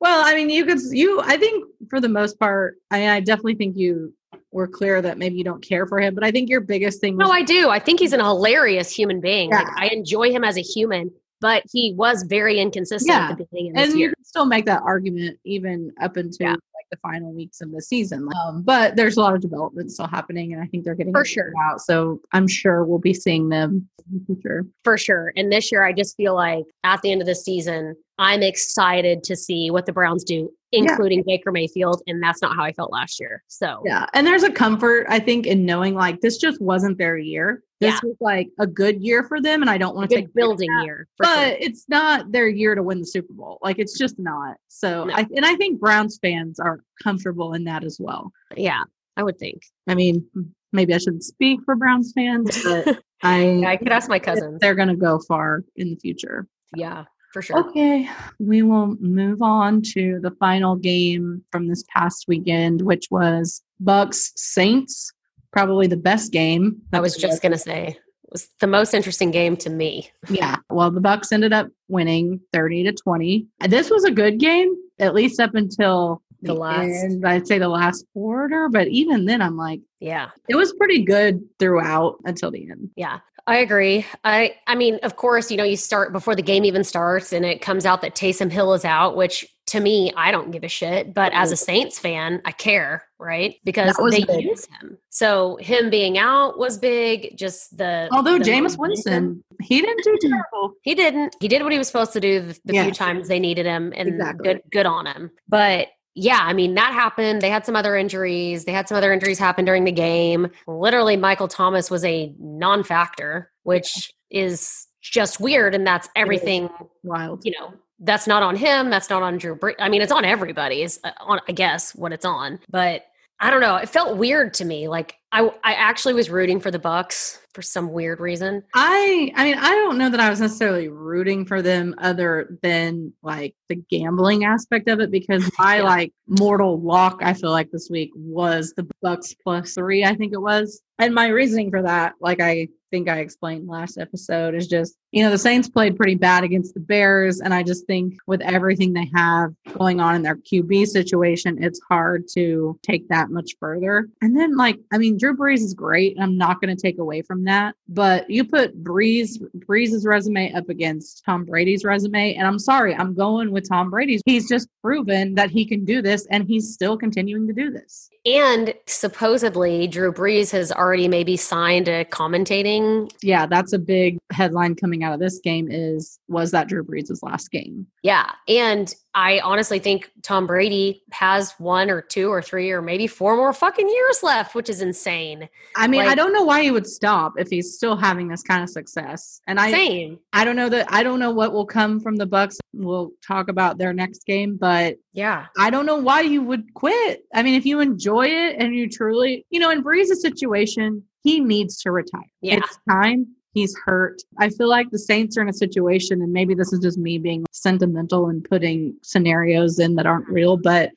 S2: Well, I mean, you could you. I think for the most part, I mean, I definitely think you were clear that maybe you don't care for him, but I think your biggest thing was
S1: no, I do. I think he's an hilarious human being. Like
S2: Yeah.
S1: I enjoy him as a human, but he was very inconsistent
S2: Yeah.
S1: at the beginning of this
S2: and you
S1: year.
S2: can still make that argument even up into
S1: Yeah.
S2: like the final weeks of the season. Um, but there's a lot of development still happening, and I think they're getting
S1: For
S2: it figured
S1: sure.
S2: out. So I'm sure we'll be seeing them in the future.
S1: For sure. And this year I just feel like at the end of the season, I'm excited to see what the Browns do, including Baker Mayfield. And that's not how I felt last year. So
S2: Yeah, and there's a comfort I think in knowing like this just wasn't their year. This
S1: Yeah.
S2: was like a good year for them, and I don't want to
S1: Good
S2: take
S1: building
S2: year
S1: year. For sure.
S2: but it's not their year to win the Super Bowl. Like it's just not. So,
S1: No.
S2: I, and I think Browns fans are comfortable in that as well.
S1: Yeah, I would think.
S2: I mean, maybe I shouldn't speak for Browns fans, but
S1: Yeah, I
S2: I
S1: could ask my cousins.
S2: they're going to go far in the future.
S1: Yeah, for sure.
S2: Okay, we will move on to the final game from this past weekend, which was Bucks Saints. Probably the best game.
S1: I was
S2: that-
S1: just gonna say it was the most interesting game to me.
S2: Yeah. Well, the Bucks ended up winning 30 to 20. This was a good game, at least up until
S1: The last.
S2: end, I'd say the last quarter, but even then I'm like
S1: Yeah,
S2: it was pretty good throughout until the end.
S1: yeah, I agree. I I mean, of course, you know, you start before the game even starts, and it comes out that Taysom Hill is out, which to me, I don't give a shit. But as a Saints fan, I care, right? Because
S2: That was
S1: they
S2: big.
S1: use him. So him being out was big. Just the
S2: Although
S1: the
S2: Jameis
S1: momentum.
S2: Winston, he didn't do terrible.
S1: He didn't. He did what he was supposed to do the, the
S2: Yeah.
S1: few times they needed him, and
S2: Exactly.
S1: good, good on him. But yeah, I mean that happened. They had some other injuries. They had some other injuries happen during the game. Literally, Michael Thomas was a non-factor, which is just weird, and that's everything.
S2: Wild.
S1: You know, that's not on him. That's not on Drew. Bre- I mean, it's on everybody. Is uh, on, I guess, what it's on, but. I don't know. It felt weird to me. Like I, I actually was rooting for the Bucks for some weird reason.
S2: I I mean, I don't know that I was necessarily rooting for them other than like the gambling aspect of it because my
S1: Yeah.
S2: like mortal lock I feel like this week was the Bucks plus 3 I think it was. And my reasoning for that like I think I explained last episode is just you know the Saints played pretty bad against the Bears and I just think with everything they have going on in their QB situation it's hard to take that much further. And then like I mean Drew Brees is great and I'm not going to take away from that, but you put Brees Brees's resume up against Tom Brady's resume and I'm sorry, I'm going with Tom Brady's. He's just proven that he can do this and he's still continuing to do this.
S1: And supposedly, Drew Brees has already maybe signed a commentating.
S2: Yeah, that's a big headline coming out of this game is was that Drew Brees' last game?
S1: Yeah. And I honestly think Tom Brady has one or two or three or maybe four more fucking years left, which is insane.
S2: I mean, I
S1: Like-
S2: don't know why he would stop if he's still having this kind of success. And I
S1: Same.
S2: I don't know that I don't know what will come from the Bucks. We'll talk about their next game, but
S1: Yeah.
S2: I don't know why you would quit. I mean, if you enjoy it and you truly, you know, in Breeze's situation, he needs to retire.
S1: Yeah.
S2: It's time. He's hurt. I feel like the Saints are in a situation, and maybe this is just me being sentimental and putting scenarios in that aren't real, but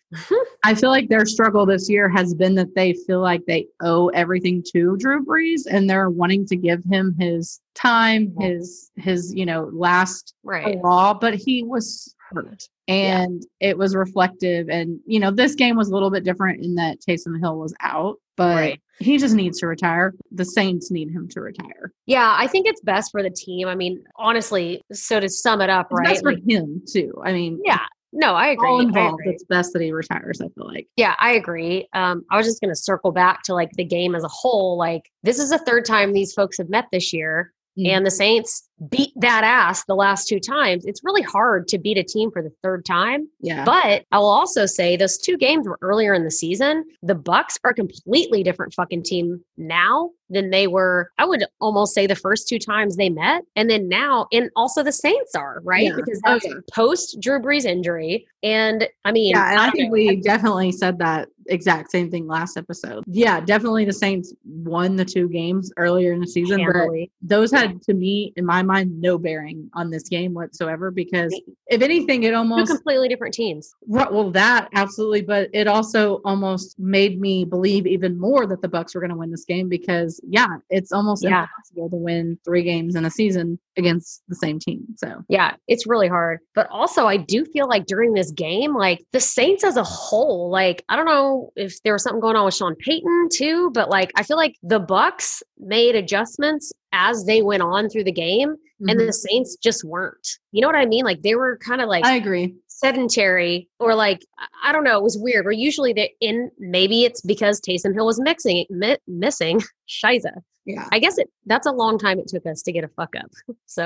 S2: I feel like their struggle this year has been that they feel like they owe everything to Drew Brees and they're wanting to give him his time,
S1: Yeah.
S2: his his, you know, last
S1: right.
S2: raw, but he was hurt.
S1: Yeah.
S2: And it was reflective. And, you know, this game was a little bit different in that Taysom Hill was out, but
S1: Right.
S2: he just needs to retire. The Saints need him to retire.
S1: Yeah. I think it's best for the team. I mean, honestly, so to sum it up,
S2: It's
S1: right?
S2: best for
S1: like-
S2: him, too. I mean,
S1: yeah. No, I agree.
S2: all
S1: I
S2: involved,
S1: agree.
S2: it's best that he retires, I feel like.
S1: Yeah, I agree. Um, I was just going to circle back to like the game as a whole. Like, this is the third time these folks have met this year,
S2: Mm.
S1: and the Saints beat that ass the last two times. It's really hard to beat a team for the third time.
S2: Yeah.
S1: But I will also say those two games were earlier in the season. The Bucks are a completely different fucking team now than they were. I would almost say the first two times they met, and then now, and also the Saints are right
S2: Yeah.
S1: because
S2: Oh,
S1: that's
S2: yeah.
S1: post Drew Brees injury. And I mean,
S2: Yeah, and I
S1: don't
S2: think we definitely said that exact same thing last episode. Yeah, definitely the Saints won the two games earlier in the season, but
S1: handily-
S2: those
S1: Yeah.
S2: had to me in my mind no bearing on this game whatsoever because if anything it
S1: two
S2: almost
S1: completely different teams.
S2: Right, well, that absolutely, but it also almost made me believe even more that the Bucks were going to win this game because, yeah, it's almost
S1: Yeah.
S2: impossible to win three games in a season against the same team. So,
S1: Yeah, it's really hard. But also, I do feel like during this game, like the Saints as a whole, like I don't know if there was something going on with Sean Payton too, but like I feel like the Bucks made adjustments as they went on through the game, and
S2: mhm.
S1: the Saints just weren't. You know what I mean? Like they were kind of like
S2: I agree.
S1: sedentary or like I- I don't know, it was weird. Or usually they in maybe it's because Taysom Hill was mixing mi- missing Shiza.
S2: Yeah.
S1: I guess it that's a long time it took us to get a fuck up. So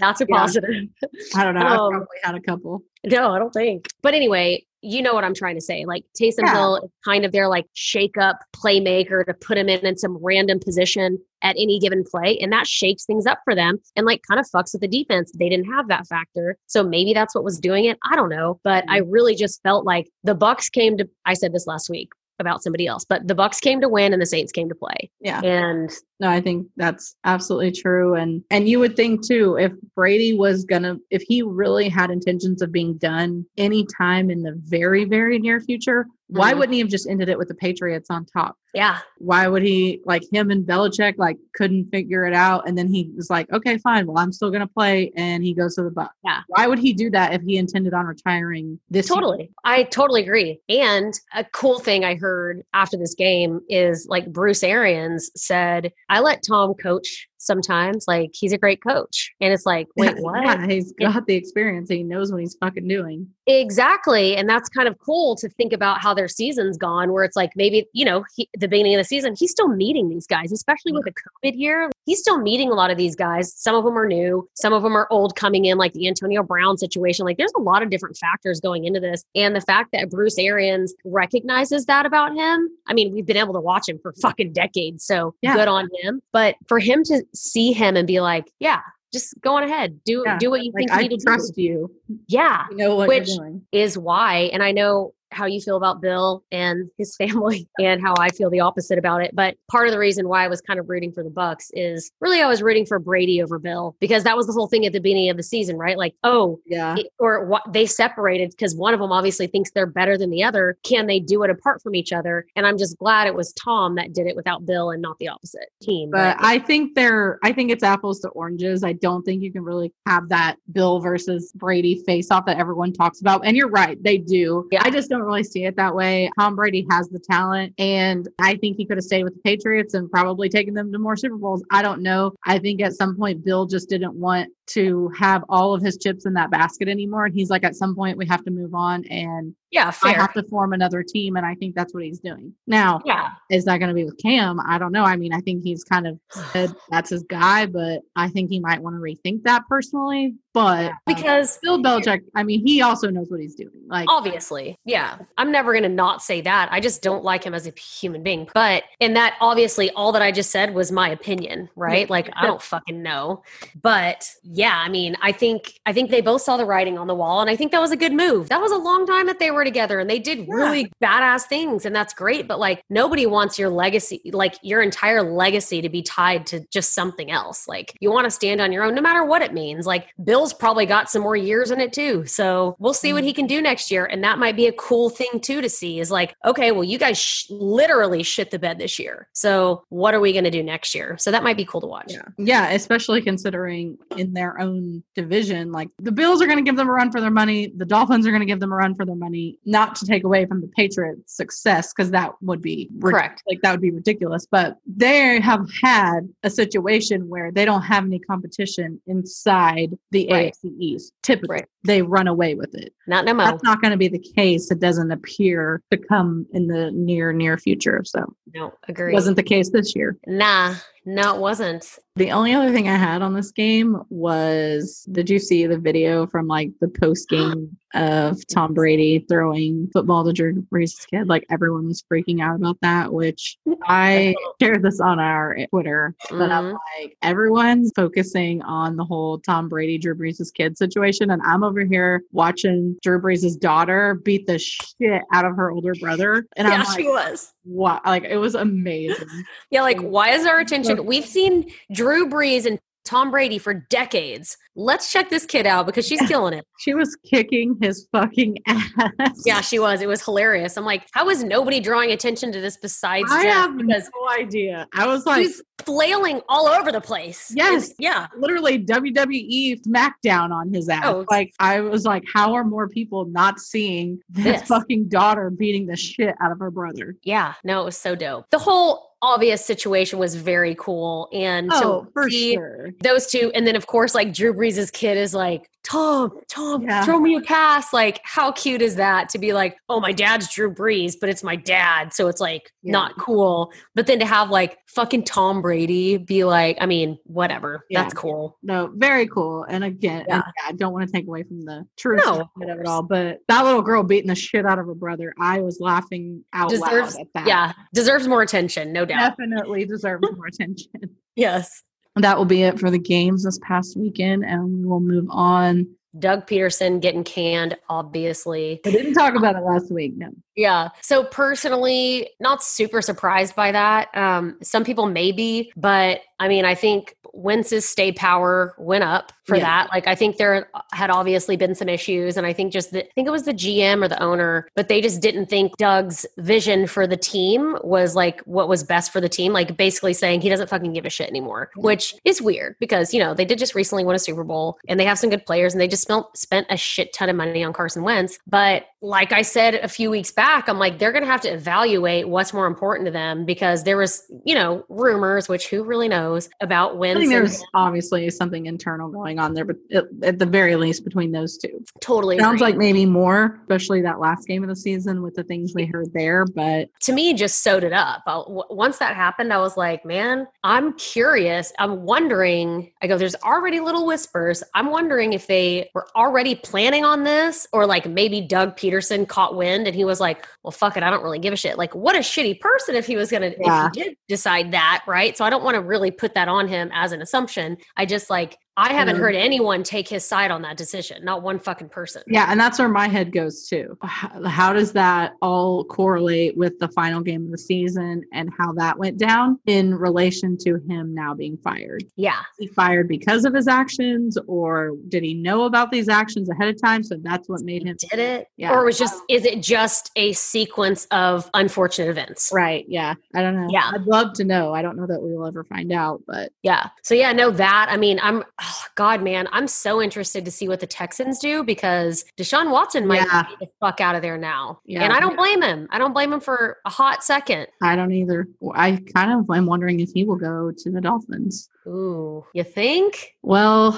S1: That's a
S2: Yeah.
S1: positive.
S2: I don't know. I
S1: Um,
S2: probably had a couple.
S1: No, I don't think. But anyway, you know what I'm trying to say. Like Taysom
S2: Yeah.
S1: Hill is kind of their like shake up playmaker to put him in in some random position at any given play. And that shakes things up for them and like kind of fucks with the defense. They didn't have that factor. So maybe that's what was doing it. I don't know. But
S2: Mm-hmm.
S1: I really just felt like the Bucks came to I said this last week about somebody else, but the Bucks came to win and the Saints came to play.
S2: Yeah.
S1: And
S2: No, I think that's absolutely true. And and you would think too, if Brady was gonna if he really had intentions of being done anytime in the very, very near future, why
S1: Mhm.
S2: wouldn't he have just ended it with the Patriots on top?
S1: yeah,
S2: Why would he like him and Belichick like couldn't figure it out? And then he was like, Okay, fine, well I'm still gonna play and he goes to the Bucks.
S1: Yeah.
S2: Why would he do that if he intended on retiring this year?
S1: Totally. I totally agree. And a cool thing I heard after this game is like Bruce Arians said, I let Tom coach sometimes. Like he's a great coach. And it's like, wait, what?
S2: Yeah, he's got the experience. He knows what he's fucking doing.
S1: Exactly. And that's kind of cool to think about how their season's gone, where it's like maybe, you know, he, the beginning of the season, he's still meeting these guys, especially with a COVID year. He's still meeting a lot of these guys. Some of them are new, some of them are old coming in, like the Antonio Brown situation. Like there's a lot of different factors going into this. And the fact that Bruce Arians recognizes that about him, I mean, we've been able to watch him for fucking decades. So
S2: Yeah.
S1: good on him. But for him to see him and be like, yeah, just go on ahead, do
S2: Yeah.
S1: do what you
S2: Like
S1: think you
S2: I
S1: need to
S2: trust you.
S1: do. Yeah
S2: You know what
S1: Which-
S2: you're doing.
S1: is why. And I know how you feel about Bill and his family and how I feel the opposite about it. But part of the reason why I was kind of rooting for the Bucks is really I was rooting for Brady over Bill because that was the whole thing at the beginning of the season, right? Like, oh,
S2: Yeah.
S1: it- or what they separated because one of them obviously thinks they're better than the other. Can they do it apart from each other? And I'm just glad it was Tom that did it without Bill and not the opposite team.
S2: But I think they're I think it's apples to oranges. I don't think you can really have that Bill versus Brady face off that everyone talks about. And you're right, they do.
S1: Yeah.
S2: I just don't really see it that way. Tom Brady has the talent and I think he could have stayed with the Patriots and probably taken them to more Super Bowls. I don't know. I think at some point Bill just didn't want to have all of his chips in that basket anymore. And he's like, at some point we have to move on and
S1: yeah,
S2: I have to form another team. And I think that's what he's doing. Now
S1: Yeah.
S2: is that going to be with Cam? I don't know. I mean, I think he's kind of said that's his guy, but I think he might want to rethink that personally. But um,
S1: Because
S2: Bill Belichick, I mean, he also knows what he's doing. Like,
S1: obviously yeah i'm never going to not say that i just don't like him as a human being but and that obviously all that i just said was my opinion right like i don't fucking know but yeah i mean i think i think they both saw the writing on the wall and i think that was a good move that was a long time that they were together and they did really badass things and that's great but like nobody wants your legacy like your entire legacy to be tied to just something else like you want to stand on your own no matter what it means like bill's probably got some more years in it too so we'll see what he can do next year and that might be a cool thing too to see is like okay well you guys sh- literally shit the bed this year so what are we going to do next year so that might be cool to watch
S2: yeah. yeah, especially considering in their own division, like the Bills are going to give them a run for their money. The Dolphins are going to give them a run for their money, not to take away from the Patriots' success, because that would be ridiculous.
S1: correct
S2: like that would be ridiculous but they have had a situation where they don't have any competition inside the
S1: Right.
S2: AFC East typically
S1: Right.
S2: they run away with it
S1: not no mo
S2: that's not going to be the case it doesn't appear to come in the near near future so
S1: no
S2: it
S1: agree
S2: wasn't the case this year
S1: nah no it wasn't
S2: the only other thing I had on this game was did you see the video from like the post game of Tom Brady throwing football to Drew Brees' kid? Like everyone was freaking out about that, which I shared this on our Twitter. But I'm
S1: Mhm.
S2: like, everyone's focusing on the whole Tom Brady, Drew Brees' kid situation. And I'm over here watching Drew Brees' daughter beat the shit out of her older brother. And
S1: yeah
S2: I'm like,
S1: she was
S2: wow. Like it was amazing.
S1: Yeah, like
S2: And-
S1: why is our attention?
S2: Look-
S1: We've seen Drew Brees and Tom Brady for decades. Let's check this kid out because she's killing it.
S2: she was kicking his fucking ass.
S1: Yeah, she was. It was hilarious. I'm like, how is nobody drawing attention to this besides
S2: I
S1: Jeff?
S2: have
S1: because
S2: no idea. I was like,
S1: he's flailing all over the place.
S2: Yes.
S1: It's- yeah.
S2: literally WWE smackdown on his ass.
S1: Oh.
S2: Like, I was like, how are more people not seeing this,
S1: This.
S2: fucking daughter beating the shit out of her brother?
S1: Yeah. No, it was so dope. The whole obvious situation was very cool. And to
S2: Oh, for
S1: see
S2: sure.
S1: those two, and then of course, like Drew Brees' kid is like, Tom, Tom,
S2: Yeah.
S1: throw me a pass. Like, how cute is that to be like, oh, my dad's Drew Brees, but it's my dad. So it's like
S2: Yeah.
S1: not cool. But then to have like fucking Tom Brady be like, I mean, whatever.
S2: Yeah.
S1: That's cool.
S2: No, very cool. And again,
S1: Yeah.
S2: and yeah, I don't want to take away from the truth
S1: No, of
S2: of it
S1: course.
S2: all, but that little girl beating the shit out of her brother, I was laughing out
S1: Deserves-
S2: loud at that.
S1: Yeah. Deserves more attention, no doubt.
S2: Definitely deserves more attention.
S1: Yes.
S2: That will be it for the games this past weekend, and we will move on.
S1: Doug Peterson getting canned, obviously.
S2: I didn't talk about it last week. No.
S1: Yeah. So personally, not super surprised by that. Um, some people may be, but I mean, I think Wentz's stay power went up for
S2: Yeah.
S1: that. Like, I think there had obviously been some issues, and I think just the, I think it was the GM or the owner, but they just didn't think Doug's vision for the team was like what was best for the team. Like, basically saying he doesn't fucking give a shit anymore, which is weird because you know they did just recently win a Super Bowl and they have some good players, and they just spent spent a shit ton of money on Carson Wentz. But like I said a few weeks back, I'm like, they're going to have to evaluate what's more important to them because there was, you know, rumors, which who really knows about
S2: I
S1: when.
S2: think there's obviously something internal going on there, but at, at the very least, between those two.
S1: totally
S2: Sounds
S1: agree.
S2: like maybe more, especially that last game of the season with the things we heard there, but
S1: to me just sewed it up. I- w- once that happened, I was like, man, I'm curious. I'm wondering. I go, there's already little whispers. I'm wondering if they were already planning on this or like maybe Doug Peterson caught wind and he was like, well, fuck it. I don't really give a shit. Like, what a shitty person if he was going to,
S2: Yeah.
S1: if he did decide that, right? So I don't want to really put that on him as an assumption. I just like, I haven't
S2: Mhm.
S1: heard anyone take his side on that decision, not one fucking person.
S2: Yeah, and that's where my head goes to. How, how does that all correlate with the final game of the season and how that went down in relation to him now being fired?
S1: Yeah.
S2: Is he fired because of his actions, or did he know about these actions ahead of time? So that's what made him
S1: did it
S2: Yeah.
S1: or it was just is it just a sequence of unfortunate events
S2: Right. Yeah. I don't know.
S1: Yeah.
S2: I'd love to know. I don't know that we will ever find out, but
S1: yeah so yeah no that i mean i'm oh, god man i'm so interested to see what the texans do because deshaun watson might
S2: Yeah.
S1: be the fuck out of there now
S2: Yeah.
S1: and i don't blame him i don't blame him for a hot second
S2: I don't either. I kind of am wondering if he will go to the Dolphins.
S1: ooh you think
S2: Well,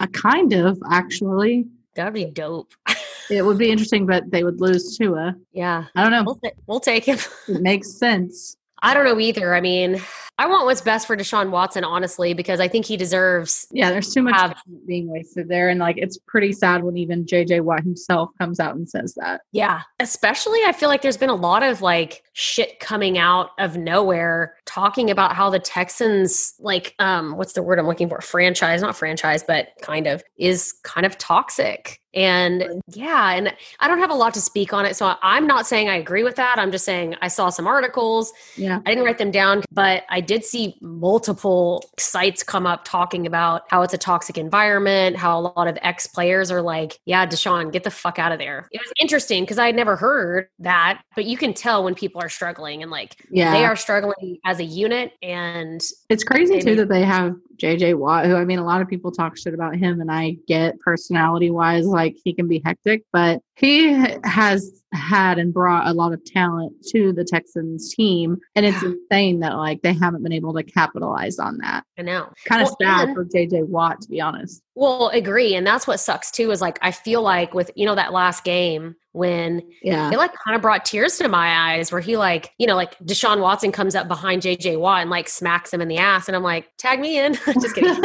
S2: I kind of actually.
S1: that'd be dope
S2: It would be interesting, but they would lose Tua.
S1: yeah
S2: I don't know.
S1: we'll, ta- we'll take him
S2: It makes sense.
S1: i don't know either i mean i want what's best for deshaun watson honestly because i think he deserves
S2: Yeah, there's too much
S1: Have-
S2: talent being wasted there. And like it's pretty sad when even JJ Watt himself comes out and says that.
S1: Yeah. Especially, I feel like there's been a lot of like shit coming out of nowhere talking about how the Texans, like, um, what's the word I'm looking for? Franchise, not franchise, but kind of is kind of toxic. And yeah, and I don't have a lot to speak on it. So I- I'm not saying I agree with that. I'm just saying I saw some articles.
S2: Yeah.
S1: I didn't write them down, but I did see multiple sites come up talking about how it's a toxic environment, how a lot of ex players are like, yeah, Deshaun, get the fuck out of there. It was interesting because I had never heard that, but you can tell when people are struggling and like
S2: Yeah.
S1: they are struggling as a unit. And
S2: it's crazy
S1: they
S2: too
S1: need-
S2: that they have JJ Watt, who I mean, a lot of people talk shit about him, and I get personality wise, like he can be hectic, but he has had and brought a lot of talent to the Texans team. And it's
S1: Yeah.
S2: insane that like they haven't been able to capitalize on that.
S1: I know.
S2: Kind of
S1: Well,
S2: sad
S1: and-
S2: for JJ Watt, to be honest.
S1: Well, agree. And that's what sucks too is like, I feel like with, you know, that last game when
S2: Yeah.
S1: it like kind of brought tears to my eyes where he like you know like deshaun watson comes up behind jj watt and like smacks him in the ass and i'm like tag me in just kidding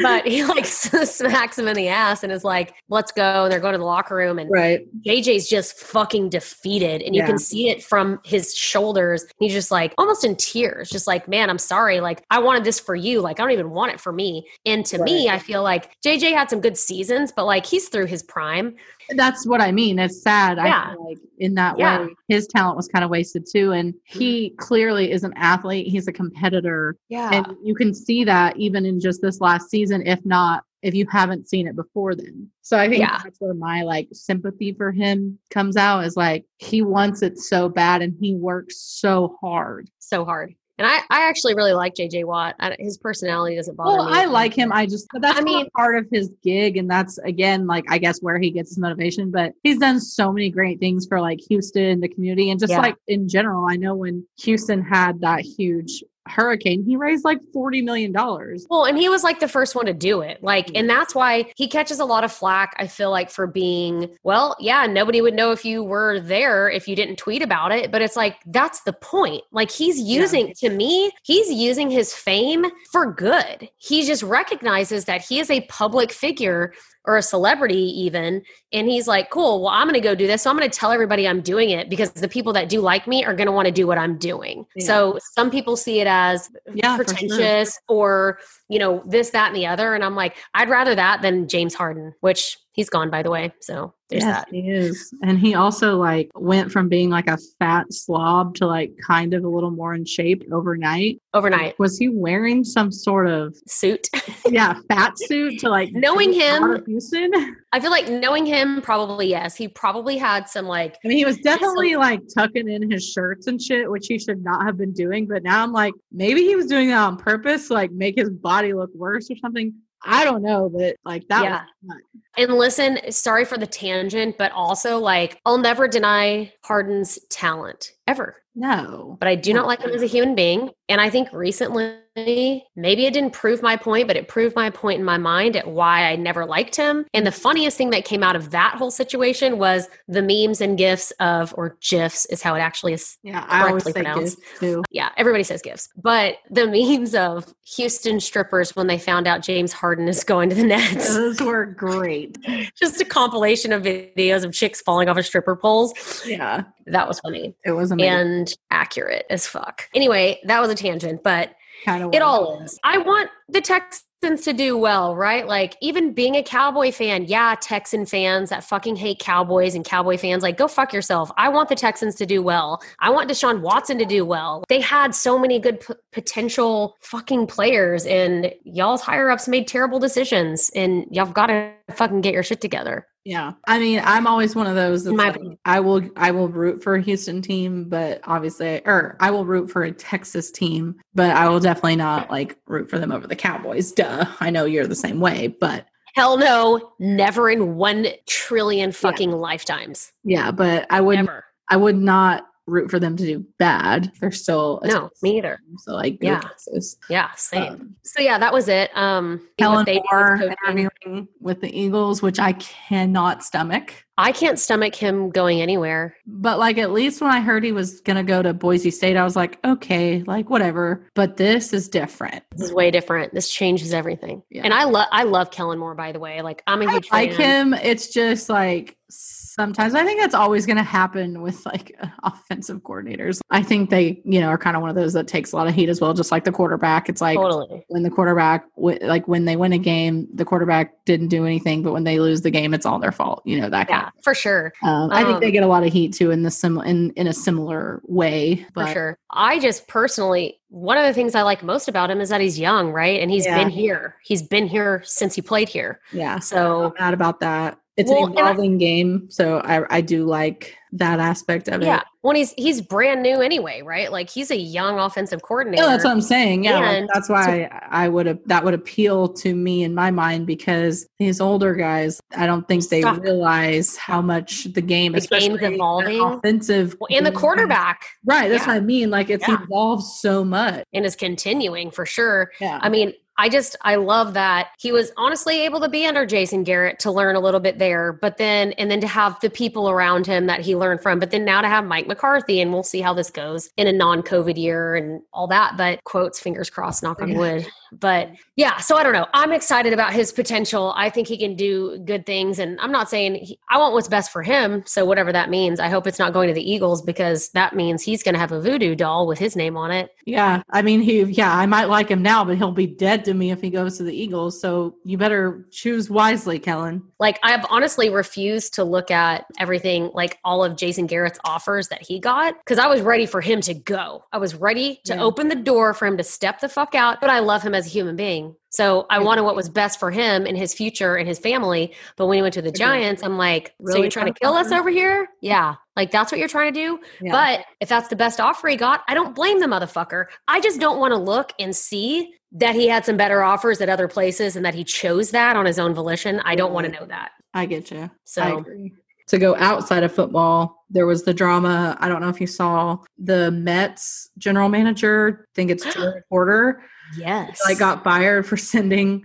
S1: but he like smacks him in the ass and is like let's go and they're going to the locker room and
S2: right.
S1: jj's just fucking defeated and you
S2: Yeah.
S1: can see it from his shoulders he's just like almost in tears just like man i'm sorry like i wanted this for you like i don't even want it for me and to me i feel like jj had some good seasons but like he's through his prime
S2: that's what I mean. It's sad. I
S1: Yeah.
S2: feel like in that
S1: Yeah. Mm-hmm.
S2: way, his talent was kind of wasted too. And he clearly is an athlete. He's a competitor,
S1: yeah
S2: and you can see that even in just this last season, if not if you haven't seen it before then. So I think
S1: Yeah.
S2: that's where my like sympathy for him comes out is like he wants it so bad and he works so hard.
S1: so hard. And I, I actually really like JJ Watt. I, his personality doesn't bother
S2: Well,
S1: me.
S2: I like him. I just, but that's
S1: I
S2: not
S1: mean-
S2: part of his gig, and that's again, like I guess where he gets his motivation. But he's done so many great things for like Houston, the community, and just
S1: Yeah.
S2: like in general. I know when Houston had that huge hurricane, he raised like $40 million.
S1: Well, and he was like the first one to do it. Like, and that's why he catches a lot of flack, I feel like, for being, well, yeah, nobody would know if you were there if you didn't tweet about it. But it's like, that's the point. Like, he's using, to me, he's using his fame for good. He just recognizes that he is a public figure or a celebrity even and he's like cool well i'm going to go do this so i'm going to tell everybody i'm doing it because the people that do like me are going to want to do what i'm doing
S2: Yeah.
S1: so some people see it as
S2: Yeah, Ah, for sure.
S1: pretentious or you know this that and the other and i'm like i'd rather that than james harden which he's gone by the way so there's
S2: yes,
S1: that
S2: he is. And he also like went from being like a fat slob to like kind of a little more in shape overnight.
S1: overnight
S2: Was he wearing some sort of
S1: suit
S2: yeah fat suit to like
S1: Knowing him-
S2: Robert Houston? I
S1: i feel like knowing him probably yes he probably had some like
S2: mean, he was definitely like tucking in his shirts and shit, which he should not have been doing. But now I'm like, maybe he was doing that on purpose, to, like make his body look worse or something. I don't know, but like that
S1: Yeah.
S2: was
S1: And listen, sorry for the tangent, but also like I'll never deny Harden's talent ever.
S2: no.
S1: But I do not like him as a human being. And I think recently, maybe it didn't prove my point, but it proved my point in my mind at why I never liked him. And the funniest thing that came out of that whole situation was the memes and gifs of, or GIFs is how it actually is.
S2: Yeah, I always
S1: Correctly
S2: say
S1: pronounced.
S2: gifts, too.
S1: Yeah, everybody says gifs, but the memes of Houston strippers when they found out James Harden is going to the Nets.
S2: Those were great.
S1: just a compilation of videos of chicks falling off of stripper poles.
S2: Yeah.
S1: That was funny
S2: It was amazing.
S1: and accurate as fuck. Anyway, that was a tangent, but
S2: kind of
S1: it all is. I want the Texans to do well, right? Like, even being a Cowboy fan, yeah, Texan fans that fucking hate Cowboys and Cowboy fans, like, go fuck yourself. I want the Texans to do well. I want Deshaun Watson to do well. They had so many good p- potential fucking players, and y'all's higher ups made terrible decisions, and y'all got to fucking get your shit together.
S2: Yeah, I mean, I'm always one of those. that's
S1: my
S2: like,
S1: opinion.
S2: I will, I will root for a Houston team, but obviously, or I will root for a Texas team, but I will definitely not like root for them over the Cowboys. Duh, I know you're the same way, but
S1: Hell no, never in one trillion fucking lifetimes.
S2: yeah, but I would,
S1: Never.
S2: I would not root for them to do bad. They're still a
S1: No,
S2: Texas
S1: me either.
S2: team, So like, go
S1: Yeah.
S2: Texas.
S1: Yeah, same.
S2: Um,
S1: so yeah, that was it. Um what
S2: Helen
S1: they do is
S2: Moore
S1: coaching.
S2: interviewing with the Eagles, which I cannot stomach.
S1: I can't stomach him going anywhere.
S2: But like at least when I heard he was gonna go to Boise State, I was like, okay, like whatever. But this is different.
S1: This is way different. This changes everything.
S2: Yeah.
S1: And I love I love Kellen Moore by the way. Like I'm a
S2: I
S1: huge
S2: like
S1: fan.
S2: him. It's just like sometimes I think that's always gonna happen with like offensive coordinators. I think they, you know, are kind of one of those that takes a lot of heat as well, just like the quarterback. It's like
S1: Totally.
S2: when the quarterback wi- like when they win a game, the quarterback didn't do anything, but when they lose the game, it's all their fault. You know that kind.
S1: Yeah, for sure.
S2: Of, um, I think
S1: Um,
S2: they get a lot of heat too in the sim in in a similar way. But
S1: for sure. I just personally, one of the things I like most about him is that he's young, right? And he's
S2: Yeah.
S1: been here. He's been here since he played here.
S2: yeah,
S1: So
S2: not mad about that. It's
S1: Well,
S2: an
S1: and I-
S2: evolving game, so I I do like that aspect of
S1: Yeah.
S2: it.
S1: When he's he's brand new anyway, right? Like he's a young offensive coordinator.
S2: No, that's what I'm saying. Yeah, like,
S1: And
S2: that's why I would have that would appeal to me in my mind because these older guys, I don't think they
S1: Stuck.
S2: realize how much the game,
S1: The game's
S2: especially the
S1: evolving.
S2: offensive,
S1: Well, and the
S2: game-
S1: quarterback
S2: Right, that's
S1: Yeah.
S2: what I mean. Like it's
S1: Yeah.
S2: evolved so much.
S1: and is continuing for sure.
S2: Yeah,
S1: I mean, I just I love that he was honestly able to be under Jason Garrett to learn a little bit there, but then and then to have the people around him that he learned from, but then now to have Mike McCarthy and we'll see how this goes in a non-COVID year and all that. But quotes, fingers crossed, knock on
S2: Yeah.
S1: wood. But yeah, so I don't know. I'm excited about his potential. I think he can do good things, and I'm not saying he, I want what's best for him. So whatever that means, I hope it's not going to the Eagles because that means he's going to have a voodoo doll with his name on it.
S2: yeah. I mean, he. Yeah, I might like him now, but he'll be dead to me if he goes to the Eagles. So you better choose wisely, Kellen.
S1: Like I've honestly refused to look at everything like all of Jason Garrett's offers that he got because I was ready for him to go. I was ready to
S2: Yeah.
S1: open the door for him to step the fuck out, but I love him as a human being. So I
S2: Agreed.
S1: wanted what was best for him and his future and his family. But when he went to the
S2: Agreed.
S1: Giants, I'm like, so
S2: Really,
S1: you're trying to kill us
S2: motherfucker?
S1: over here? Yeah. Like that's what you're trying to do.
S2: Yeah.
S1: But if that's the best offer he got, I don't blame the motherfucker. I just don't want to look and see that he had some better offers at other places and that he chose that on his own volition. I don't want to know that.
S2: Mm-hmm. I get you. I
S1: So
S2: agree. to go outside of football, there was the drama. I don't know if you saw the Mets general manager, I think it's Jared Porter.
S3: Yes.
S2: I got fired for sending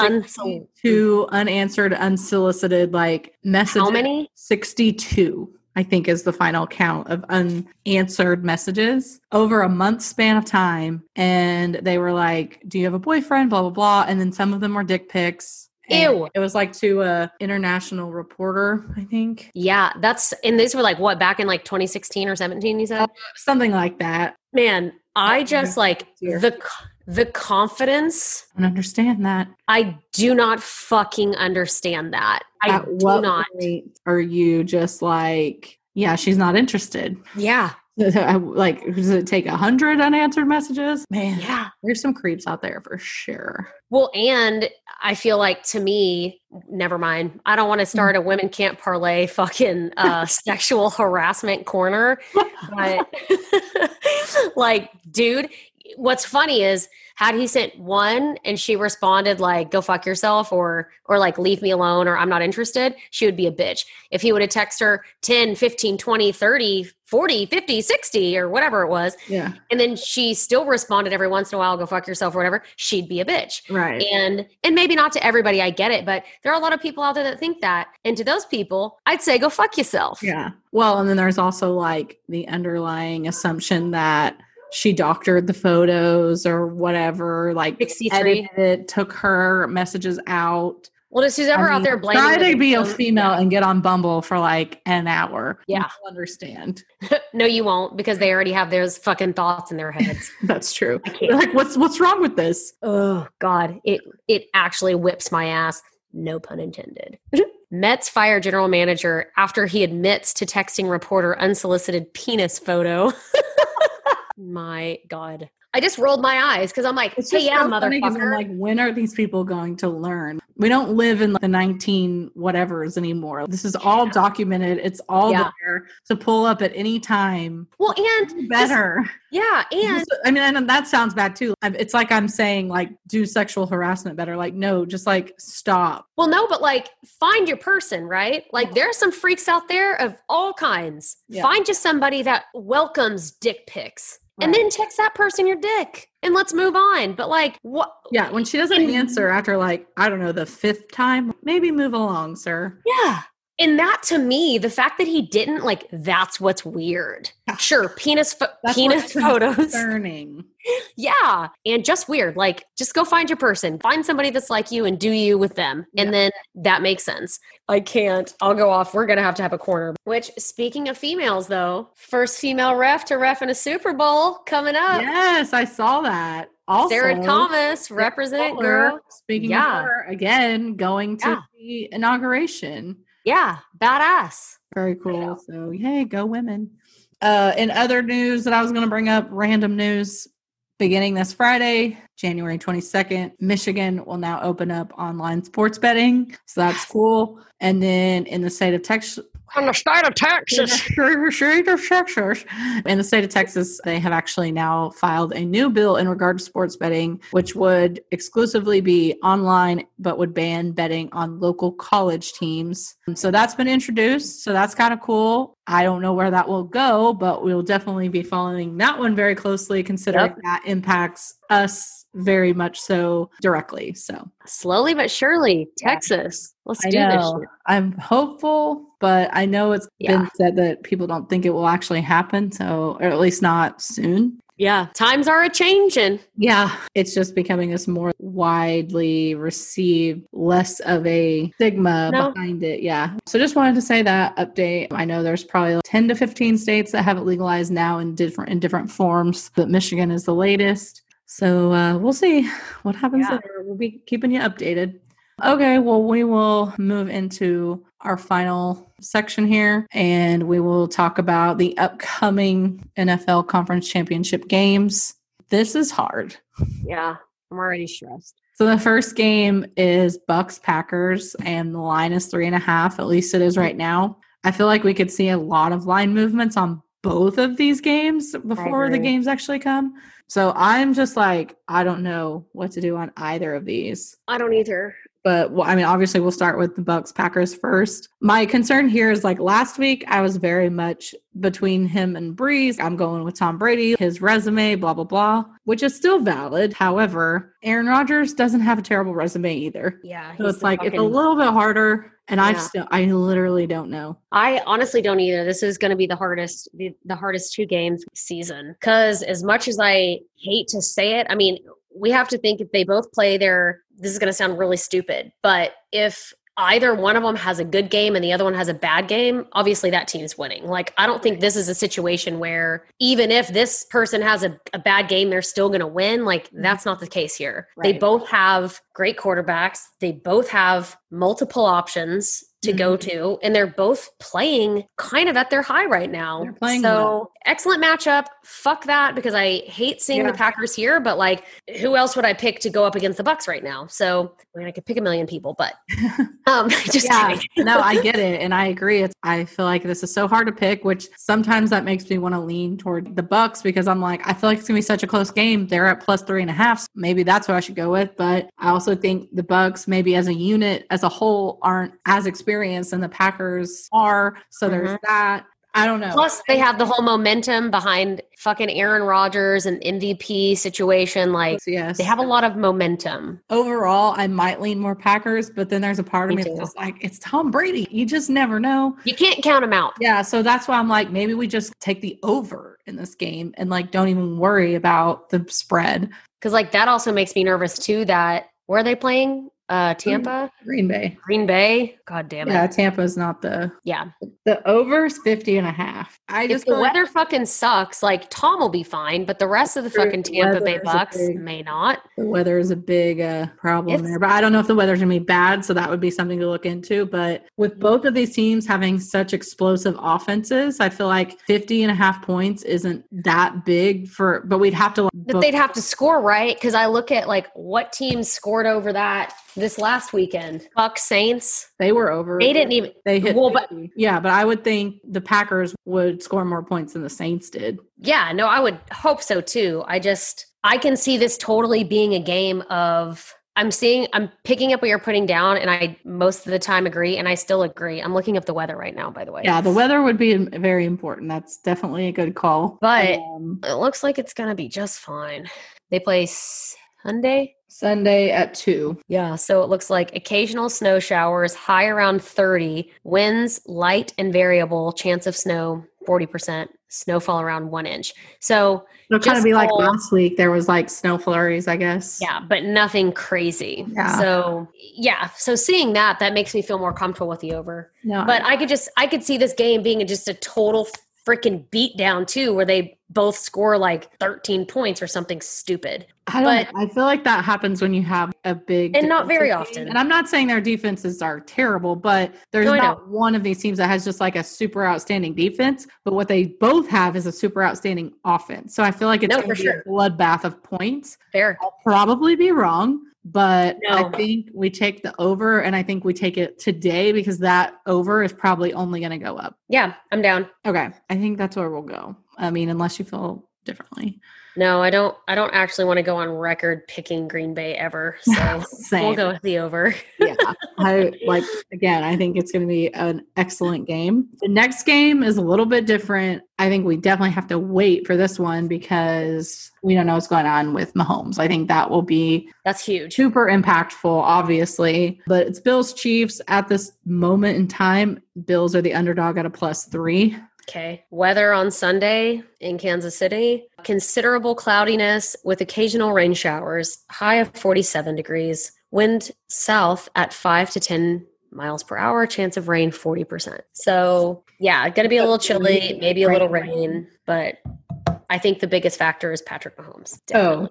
S3: Unsold.
S2: 62 unanswered, unsolicited like messages.
S1: How many?
S2: 62, I think, is the final count of unanswered messages over a month span of time. And they were like, Do you have a boyfriend? Blah, blah, blah. And then some of them were dick pics. And
S3: Ew.
S2: It was like to a international reporter, I think.
S1: Yeah, that's and these were like what back in like 2016 or 17. You
S2: Uh,
S1: said,
S2: Something like that.
S1: man, I
S2: That's
S1: just like
S2: here.
S1: the c- the confidence.
S2: I don't understand that.
S1: I do not fucking understand that. I
S2: At
S1: do
S2: what
S1: not.
S2: point Are you just like, yeah, she's not interested?
S1: Yeah,
S2: I- like does it take a hundred unanswered messages man
S1: yeah.
S2: there's some creeps out there for sure
S1: Well, and I feel like to me, never mind. I don't want to start a women can't parlay fucking uh, sexual harassment corner. But like, dude, what's funny is had he sent one and she responded like "go fuck yourself" or or like "leave me alone" or "I'm not interested," she would be a bitch. If he would have texted her 10, 15, 20, 30, 40, 50, 60 or whatever it was,
S2: yeah
S1: and then she still responded every once in a while "go fuck yourself" or whatever, she'd be a bitch
S2: right
S1: and and maybe not to everybody i get it but there are a lot of people out there that think that and to those people i'd say go fuck yourself
S2: yeah well and then there's also like the underlying assumption that she doctored the photos or whatever like
S1: 63
S2: edited it took her messages out
S1: well just who's ever
S2: I
S1: out there
S2: mean,
S1: blaming
S2: try
S1: the
S2: to be a
S1: victim-
S2: female and get on bumble for like an hour
S1: Yeah.
S2: You'll understand
S1: no you won't because they already have those fucking thoughts in their heads
S2: that's true
S1: i
S2: You're
S1: can't
S2: like what's what's wrong with this
S1: oh god it it actually whips my ass no pun intended Mets fire general manager after he admits to texting reporter unsolicited penis photo. my God. I just rolled my eyes because I'm like,
S2: It's
S1: hey,
S2: just
S1: yeah,
S2: so funny 'cause I'm
S1: motherfucker.
S2: like, when are these people going to learn? We don't live in the 19 whatevers anymore. This is all documented. It's all
S1: Yeah.
S2: there to pull up at any time.
S1: well, and
S2: Better.
S1: Yeah, and
S2: Just- I mean, I know that sounds bad too. I'm- It's like I'm saying, like, do sexual harassment better. Like, no, just like stop.
S1: well, no, but like find your person, right? Like there are some freaks out there of all kinds.
S2: Yeah.
S1: Find just somebody that welcomes dick pics, and
S2: Right.
S1: then text that person your dick, and let's move on. But like, what?
S2: Yeah, when she doesn't
S1: And-
S2: answer after like I don't know the fifth time, maybe move along, sir.
S1: Yeah. And that to me, the fact that he didn't like that's what's weird. Sure, penis pho-
S2: That's
S1: penis
S2: what's
S1: photos.
S2: Concerning.
S1: Yeah, and just weird. Like, just go find your person, find somebody that's like you, and do you with them, and
S2: Yeah.
S1: then that makes sense. I can't. I'll go off. We're gonna have to have a corner. Which, speaking of females, though, first female ref to ref in a Super Bowl coming up.
S2: Yes, I saw that. Also,
S1: Sarah Thomas, represent
S2: Butler,
S1: girl.
S2: Speaking
S1: Yeah.
S2: of her, again, going to
S1: Yeah.
S2: the inauguration.
S1: Yeah, badass.
S2: Very cool.
S1: know.
S2: So, yay, go women. Uh, in other news that I was going to bring up, random news beginning this Friday, January 22nd, Michigan will now open up online sports betting. So that's cool. And then in the state of Texas,
S1: From the state of
S2: in the state of Texas. In the state of Texas, they have actually now filed a new bill in regard to sports betting, which would exclusively be online, but would ban betting on local college teams. And so that's been introduced. So that's kind of cool. I don't know where that will go, but we'll definitely be following that one very closely, considering
S1: Yep.
S2: that impacts us very much so directly. So
S1: Slowly but surely,
S2: Yeah.
S1: Texas. Let's
S2: I
S1: do this.
S2: know.
S1: shit.
S2: I'm hopeful, but I know it's
S1: Yeah.
S2: been said that people don't think it will actually happen. So, or at least not soon.
S1: Yeah, times are a changing.
S2: Yeah. It's just becoming this more widely received, less of a stigma
S1: No.
S2: behind it. Yeah. So, just wanted to say that update. I know there's probably like 10 to 15 states that have it legalized now in different in different forms, but Michigan is the latest. So uh, we'll see what happens
S1: Yeah.
S2: there. We'll be keeping you updated. Okay, well, we will move into our final section here and we will talk about the upcoming NFL Conference Championship games. This is hard.
S1: Yeah, I'm already stressed.
S2: So the first game is Bucks Packers, and the line is three and a half. At least it is right now. I feel like we could see a lot of line movements on both of these games before the
S1: agree.
S2: games actually come. So I'm just like, I don't know what to do on either of these.
S1: I don't either.
S2: but well, I mean, obviously, we'll start with the Bucks Packers first. My concern here is like last week, I was very much between him and Breeze. I'm going with Tom Brady, his resume, blah, blah, blah, which is still valid. However, Aaron Rodgers doesn't have a terrible resume either.
S1: Yeah.
S2: So
S1: he's
S2: it's
S1: the
S2: like, it's a
S1: fucking-
S2: little bit harder. And I
S1: Yeah.
S2: still, I literally don't know.
S1: I honestly don't either. This is going to be the hardest, the, the hardest two games season. Because as much as I hate to say it, I mean, we have to think if they both play their. This is going to sound really stupid, but if either one of them has a good game and the other one has a bad game, obviously that team's winning. Like I don't think this is a situation where even if this person has a, a bad game, they're still going to win. Like that's not the case here. They
S2: Right.
S1: both have great quarterbacks. They both have multiple options to go
S2: Mhm.
S1: to, and they're both playing kind of at their high right now.
S2: They're playing
S1: so
S2: well.
S1: excellent matchup. Fuck that because I hate seeing the
S2: Yeah.
S1: Packers here, but like who else would I pick to go up against the Bucks right now? So I mean I could pick a million people, but um just
S2: yeah,
S1: kidding.
S2: no, I get it, and I agree. It's I feel like this is so hard to pick, which sometimes that makes me want to lean toward the Bucks because I'm like, I feel like it's gonna be such a close game. They're at plus three and a half. So maybe that's what I should go with. But I also think the Bucks, maybe as a unit, as a whole, aren't as experienced, and the Packers are. So
S1: Mhm.
S2: there's that. I don't know.
S1: Plus, they have the whole momentum behind fucking Aaron Rodgers and MVP situation. Like,
S2: yes,
S1: they have a lot of momentum.
S2: overall. I might lean more Packers, but then there's a part
S1: Me
S2: of me that's
S1: too.
S2: just like, it's Tom Brady. You just never know.
S1: You can't count them out.
S2: Yeah, so that's why I'm like, maybe we just take the over in this game and like don't even worry about the spread.
S1: Because, like, that also makes me nervous, too. That where are they playing? Uh, Tampa?
S2: Green Bay.
S1: Green Bay? God damn it.
S2: Yeah,
S1: Yeah.
S2: Tampa's not the the over's 50 and a half. I
S1: If
S2: just
S1: the
S2: feel like-
S1: weather fucking sucks, like, Tom will be fine, but the rest of the
S2: True,
S1: fucking
S2: the
S1: Tampa
S2: weather
S1: Bay
S2: is a
S1: Bucks
S2: big-
S1: may not.
S2: the weather is a big uh, problem
S1: It's-
S2: there, but I don't know if the weather's gonna be bad, so that would be something to look into. But
S1: Mm-hmm.
S2: with both of these teams having such explosive offenses, I feel like 50 and a half points isn't that big for but we'd have to like
S1: That they'd have to score, right? Because I look at, like, what teams scored over that this last weekend. Bucks, Saints.
S2: they were over
S1: They didn't even.
S2: They hit.
S1: Well, but-
S2: 50. yeah, but I would think the Packers would score more points than the Saints did.
S1: Yeah, no, I would hope so too. I just I can see this totally being a game of I'm seeing I'm picking up what you're putting down and I most of the time agree and I still agree. I'm looking up the weather right now by the way.
S2: Yeah, the weather would be very important. That's definitely a good call.
S1: But-
S2: Um,
S1: It looks like it's going to be just fine. They play Sunday.
S2: Sunday at two.
S1: Yeah, so it looks like occasional snow showers, high around 30, winds light and variable, chance of snow 40%, snowfall around 1 inch. So
S2: It'll kind
S1: Just
S2: of be like
S1: cold.
S2: last week. There was like snow flurries, I guess.
S1: Yeah, but nothing crazy.
S2: Yeah.
S1: So yeah, so seeing that that makes me feel more comfortable with the over.
S2: No,
S1: But I could just I could see this game being just a total freaking beatdown too, where they both score like 13 points or something stupid.
S2: I don't. I feel like that happens when you have a big
S1: And not very
S2: defensive team.
S1: often.
S2: And I'm not saying their defenses are terrible, but there's
S1: No, I
S2: not one of these teams that has just like a super outstanding defense. But what they both have is a super outstanding offense. So I feel like it's
S1: No,
S2: going to
S1: for
S2: be a bloodbath of points.
S1: Fair.
S2: I'll probably be wrong, but
S1: No.
S2: I think we take the over, and I think we take it today because that over is probably only going to go up.
S1: Yeah, I'm down.
S2: Okay, I think that's where we'll go. I mean, unless you feel differently.
S1: No, I don't I don't actually want to go on record picking Green Bay ever. So we'll
S2: Same.
S1: go with the over.
S2: yeah i like again i think it's going to be an excellent game the next game is a little bit different i think we definitely have to wait for this one because we don't know what's going on with mahomes i think that will be
S1: That's huge.
S2: super impactful obviously but it's bills chiefs at this moment in time bills are the underdog at a plus three
S1: Okay. Weather on Sunday in Kansas City. Considerable cloudiness with occasional rain showers. High of 47 degrees. Wind south at 5 to 10 miles per hour. Chance of rain 40%. So, yeah, going to be a little chilly, maybe a little rain, but I think the biggest factor is Patrick Mahomes.
S2: Oh,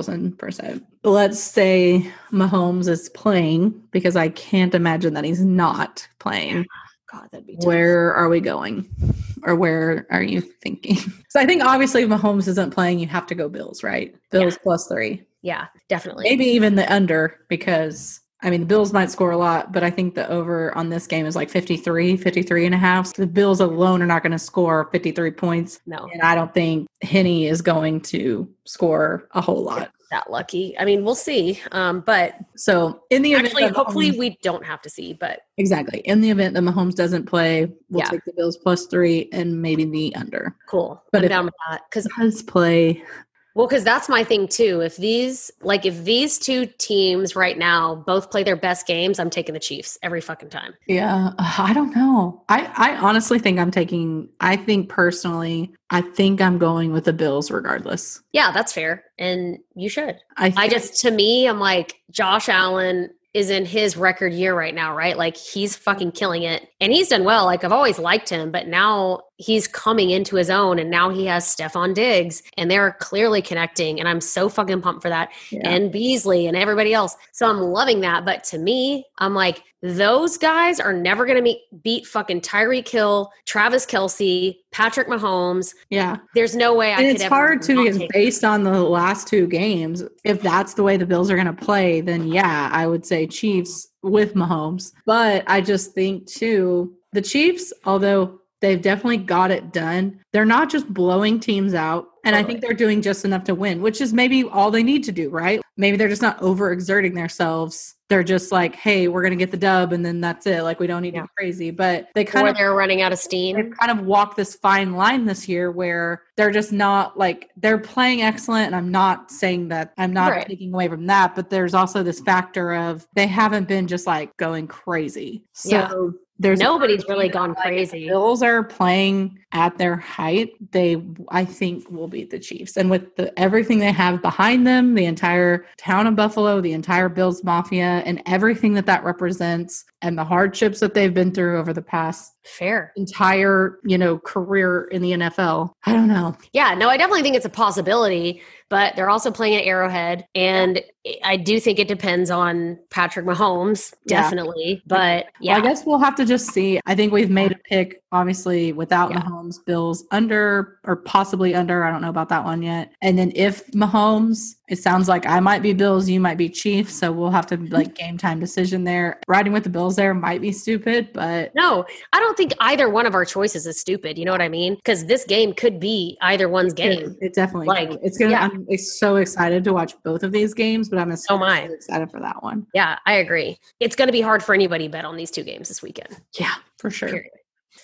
S2: 1000%. Let's say Mahomes is playing because I can't imagine that he's not playing.
S1: God, that'd be tough.
S2: where are we going or where are you thinking so i think obviously if mahomes isn't playing you have to go bills right bills plus three
S1: Yeah, definitely.
S2: maybe even the under because i mean the bills might score a lot but i think the over on this game is like 53 53 and a half so the bills alone are not going to score 53 points
S1: No.
S2: and i don't think henny is going to score a whole lot
S4: that lucky. I mean, we'll see. Um, but
S2: So in the event,
S4: actually,
S2: that
S4: hopefully,
S2: Mahomes-
S4: we don't have to see. But
S2: exactly in the event that Mahomes doesn't play, we'll
S4: Yeah.
S2: take the Bills plus three and maybe the under.
S4: cool.
S2: But
S4: I'm
S2: if-
S4: down with that because
S2: Does play?
S1: Well, because that's my thing too. If these, like, if these two teams right now both play their best games, I'm taking the Chiefs every fucking time.
S2: Yeah, I don't know. I I honestly think I'm taking. I think personally, I think I'm going with the Bills regardless.
S1: Yeah, that's fair. And you should. I
S2: think-
S1: just, to me, I'm like, Josh Allen is in his record year right now, right? Like, he's fucking killing it. And he's done well. Like, I've always liked him, but now he's coming into his own. And now he has Stefan Diggs, and they're clearly connecting. And I'm so fucking pumped for that.
S2: yeah.
S1: and Beasley and everybody else. So I'm loving that. But to me, I'm like, those guys are never going to meet, beat fucking Tyree Kill, Travis Kelsey, Patrick Mahomes.
S2: yeah.
S1: There's no way I
S2: and
S1: could
S2: it's
S1: ever
S2: hard too
S1: not
S2: because
S1: take-
S2: based on the last two games, if that's the way the Bills are going to play, then yeah, I would say Chiefs with Mahomes. But I just think too, the Chiefs, although they've definitely got it done, they're not just blowing teams out. And I think they're doing just enough to win, which is maybe all they need to do, right? Maybe they're just not overexerting themselves. They're just like, hey, we're going to get the dub and then that's it. Like, we don't need to
S4: Yeah.
S2: be crazy. But they kind
S1: or
S2: of
S1: they're running out of
S2: they've
S1: steam.
S2: kind of walked this fine line this year where they're just not like they're playing excellent and i'm not saying that i'm not
S1: Right.
S2: taking away from that but there's also this factor of they haven't been just like going crazy so
S1: Yeah.
S2: there's
S1: Nobody's really gone
S2: Like, if the
S1: crazy.
S2: Bills are playing at their height. They, I think, will beat the Chiefs, and with the, everything they have behind them, the entire town of Buffalo, the entire Bills mafia, and everything that that represents, and the hardships that they've been through over the past
S1: Fair.
S2: entire you know career in the NFL. I don't know.
S1: Yeah, no, I definitely think it's a possibility, but they're also playing at Arrowhead. And I do think it depends on Patrick Mahomes,
S2: Yeah.
S1: definitely. But yeah,
S2: Well, I guess we'll have to just see. I think we've made a pick, obviously, without
S1: Yeah.
S2: Mahomes, Bills under or possibly under. I don't know about that one yet. And then if Mahomes, it sounds like I might be Bills, you might be Chiefs, so we'll have to like game time decision there. Riding with the Bills there might be stupid, but
S1: No, I don't think either one of our choices is stupid. You know what I mean? Because this game could be either one's
S2: it,
S1: game.
S2: it definitely
S1: Like,
S2: could. it's gonna.
S1: yeah.
S2: I'm ex- so excited to watch both of these games, but I'm
S1: So am I.
S2: especially excited for that one.
S1: Yeah, I agree. It's going to be hard for anybody to bet on these two games this weekend.
S2: Yeah, for sure.
S1: Period.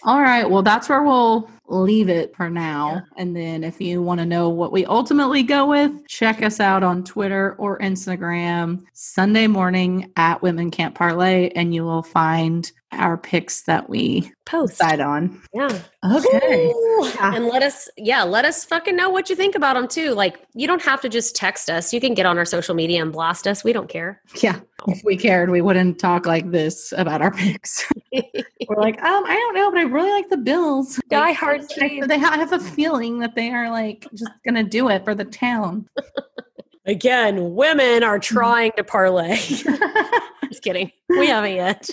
S2: All right. Well, that's where we'll leave it for now. And then if you want to know what we ultimately go with, check us out on Twitter or Instagram Sunday morning at Women Can't Parlay, and you will find our picks that we
S1: Post.
S2: decide on.
S1: Yeah.
S2: Okay.
S1: Ooh.
S2: Yeah.
S1: And let us, yeah, let us fucking know what you think about them too. Like, you don't have to just text us. You can get on our social media and blast us. We don't care.
S2: Yeah. If we cared, we wouldn't talk like this about our picks. We're like, um, I don't know, but I really like the Bills.
S4: Die
S2: Like,
S4: hard
S2: I-
S4: team.
S2: They have a feeling that they are like just gonna do it for the town.
S4: again, women are
S1: Mm-hmm.
S4: trying to parlay.
S1: just kidding. We haven't yet.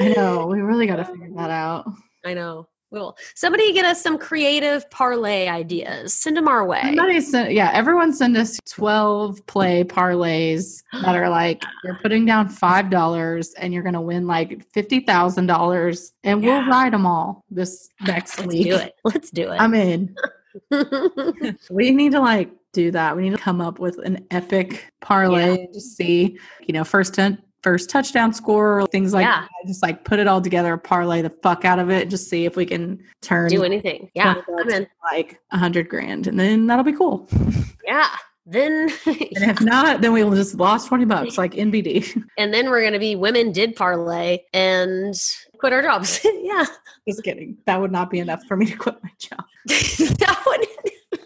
S2: I know. We really got to figure that out.
S1: I know. We will. Somebody get us some creative parlay ideas. Send them our way.
S2: Somebody sent, yeah, everyone send us 12 play parlays that are like, you're putting down $5 and you're going to win like $50,000 and we'll
S4: Yeah.
S2: ride them all this next
S1: Let's
S2: week.
S1: do it. Let's do it.
S2: I'm in. We need to like do that. We need to come up with an epic parlay and just see, you know, first ten, first touchdown score, things like
S1: Yeah.
S2: that. Just like put it all together, parlay the fuck out of it, just see if we can turn
S1: do anything. Yeah,
S2: 20
S1: I'm
S2: bucks.
S1: in.
S2: like a hundred grand and then that'll be cool.
S1: Yeah. Then
S2: And if not, then we will just lost 20 bucks like NBD.
S1: and then we're gonna be women did parlay and quit our jobs. yeah.
S2: just kidding. That would not be enough for me to quit my job.
S1: that would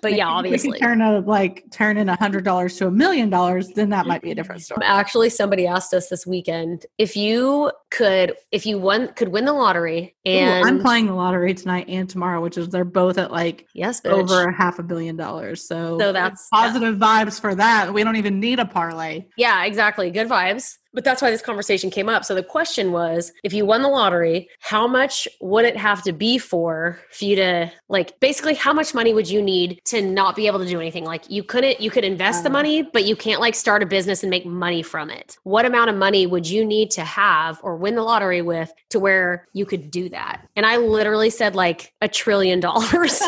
S1: but yeah,
S2: If we could
S1: obviously.
S2: turn out like turn in a hundred dollars to a million dollars, then that might be a different story.
S1: Actually, somebody asked us this weekend if you could, if you won, could win the lottery,
S2: Ooh,
S1: and
S2: I'm playing the lottery tonight and tomorrow, which is they're both at like
S1: yes, bitch.
S2: over a half a billion dollars. So,
S1: So that's-
S2: positive vibes for that. We don't even need a parlay.
S1: Yeah, exactly. Good vibes. But that's why this conversation came up. So the question was if you won the lottery, how much would it have to be for for you to like basically how much money would you need to not be able to do anything? Like you couldn't you could invest the
S2: Oh.
S1: money, but you can't like start a business and make money from it. What amount of money would you need to have or win the lottery with to where you could do that? And I literally said like a trillion dollars.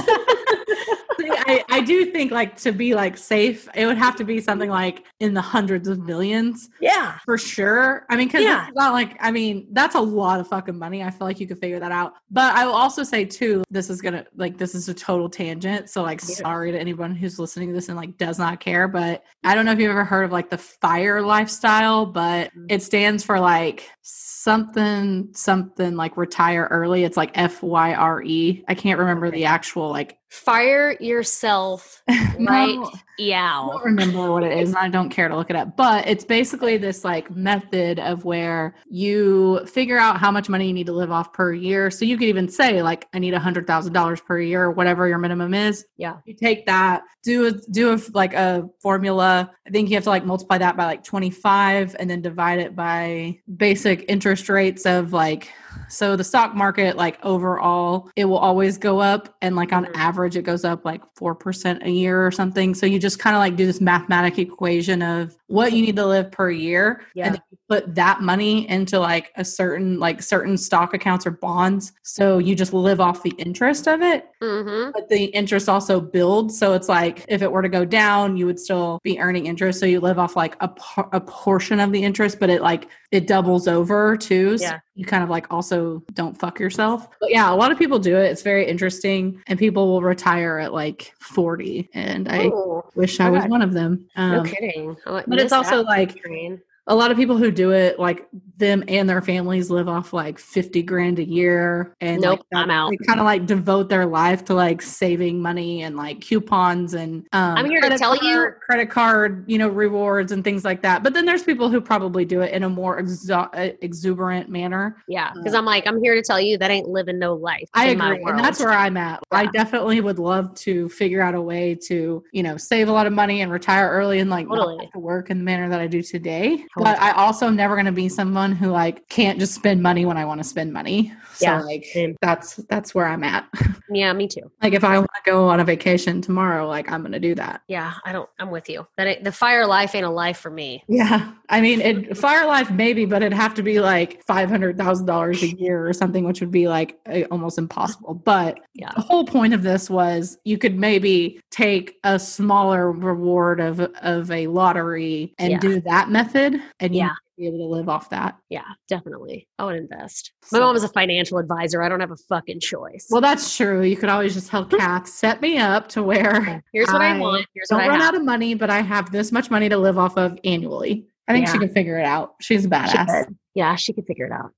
S2: I, I do think like to be like safe, it would have to be something like in the hundreds of millions
S4: Yeah.
S2: for sure. I mean, because
S4: Yeah.
S2: it's not like I mean that's a lot of fucking money. I feel like you could figure that out. But I will also say too, this is gonna like this is a total tangent. So like,
S4: Yeah.
S2: sorry to anyone who's listening to this and like does not care. But I don't know if you've ever heard of like the fire lifestyle, but
S4: Mm.
S2: it stands for like something something like retire early. It's like F Y R E. I can't remember the actual like.
S3: Fire yourself right
S2: No. I
S3: yow.
S2: don't remember what it is. and I don't care to look it up, but it's basically this like method of where you figure out how much money you need to live off per year. So you could even say like, I need a hundred thousand dollars per year, or whatever your minimum is.
S4: Yeah.
S2: you take that, do a, do a, like a formula. I think you have to like multiply that by like twenty five, and then divide it by basic interest rates of like so the stock market, like overall, it will always go up. And like on
S4: Mhm.
S2: average, it goes up like 4% a year or something. So you just kind of like do this mathematic equation of what you need to live per year.
S4: Yeah.
S2: And then you put that money into like a certain, like certain stock accounts or bonds. So you just live off the interest of it.
S1: Mm-hmm.
S2: But the interest also builds. So it's like if it were to go down, you would still be earning interest. So you live off like a, por- a portion of the interest, but it like it doubles over too. So
S4: Yeah.
S2: you kind of like also don't fuck yourself. But yeah, a lot of people do it. It's very interesting. And people will retire at like 40. And I wish I was
S1: okay.
S2: one of them. Um,
S1: no kidding. I
S2: But it's
S1: missed
S2: also
S1: that
S2: like
S1: train.
S2: a lot of people who do it, like them and their families live off like 50 grand a year. And
S1: Nope,
S2: like, that-
S1: I'm out.
S2: They kind of like devote their life to like saving money and like coupons and um,
S1: I'm here to
S2: credit
S1: tell you-
S2: card- credit card, you know, rewards and things like that. But then there's people who probably do it in a more exo- uh, exuberant manner.
S1: Yeah, because
S2: Uh,
S1: I'm like, I'm here to tell you that ain't living no life.
S2: I
S1: in my
S2: agree. And that's
S1: world.
S2: where I'm at. I
S1: Yeah.
S2: definitely would love to figure out a way to, you know, save a lot of money and retire early and like not
S1: Totally.
S2: have to work in the manner that I do today.
S1: Totally.
S2: But I also am never going to be someone who like can't just spend money when I want to spend money. So
S4: Yeah,
S2: like
S4: same.
S2: that's that's where I'm at.
S1: Yeah, me too.
S2: like if I want to go on a vacation tomorrow, like I'm going to do that.
S1: Yeah, I don't. I'm with you. That ain't, the fire life ain't a life for me.
S2: Yeah. I mean, it fire life maybe, but it'd have to be like $500,000 a year or something, which would be like uh, almost impossible. But
S1: Yeah.
S2: the whole point of this was you could maybe take a smaller reward of, of a lottery and
S1: Yeah.
S2: do that method and you
S1: Yeah.
S2: might be able to live off that.
S1: Yeah, definitely. I would invest.
S2: So-
S1: My mom is a financial advisor. I don't have a fucking choice.
S2: Well, that's true. You could always just tell Kath, set me up to where
S1: here's what I,
S2: I
S1: want. Here's
S2: don't
S1: what I
S2: run
S1: have.
S2: out of money, but I have this much money to live off of annually. I think she
S1: Yeah.
S2: can figure it out. She's
S1: She
S2: a badass.
S1: could. Yeah, she could figure it out.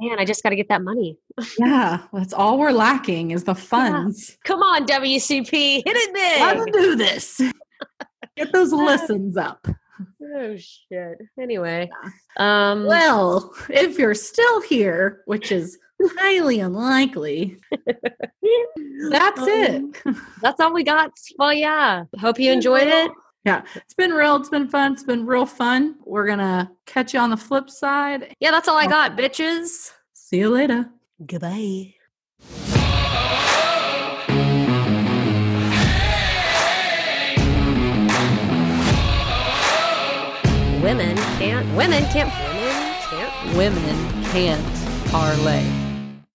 S1: Man, I just got to get that money.
S2: Yeah, that's all we're lacking is the funds.
S1: Come on, WCP, hit it
S2: Let's
S1: big.
S2: do this. Get those listens up.
S1: Oh shit. Anyway, um,
S2: Well, if you're still here, which is highly unlikely, that's it.
S1: um, that's all we got. Well, yeah. Hope you enjoyed it.
S2: It's been real. It's been fun. It's been real fun. We're going to catch you on the flip side.
S1: Yeah, that's all I got, bitches.
S2: See you later.
S4: Goodbye.
S1: Women can't. Women can't. Women can't.
S5: Women can't parlay.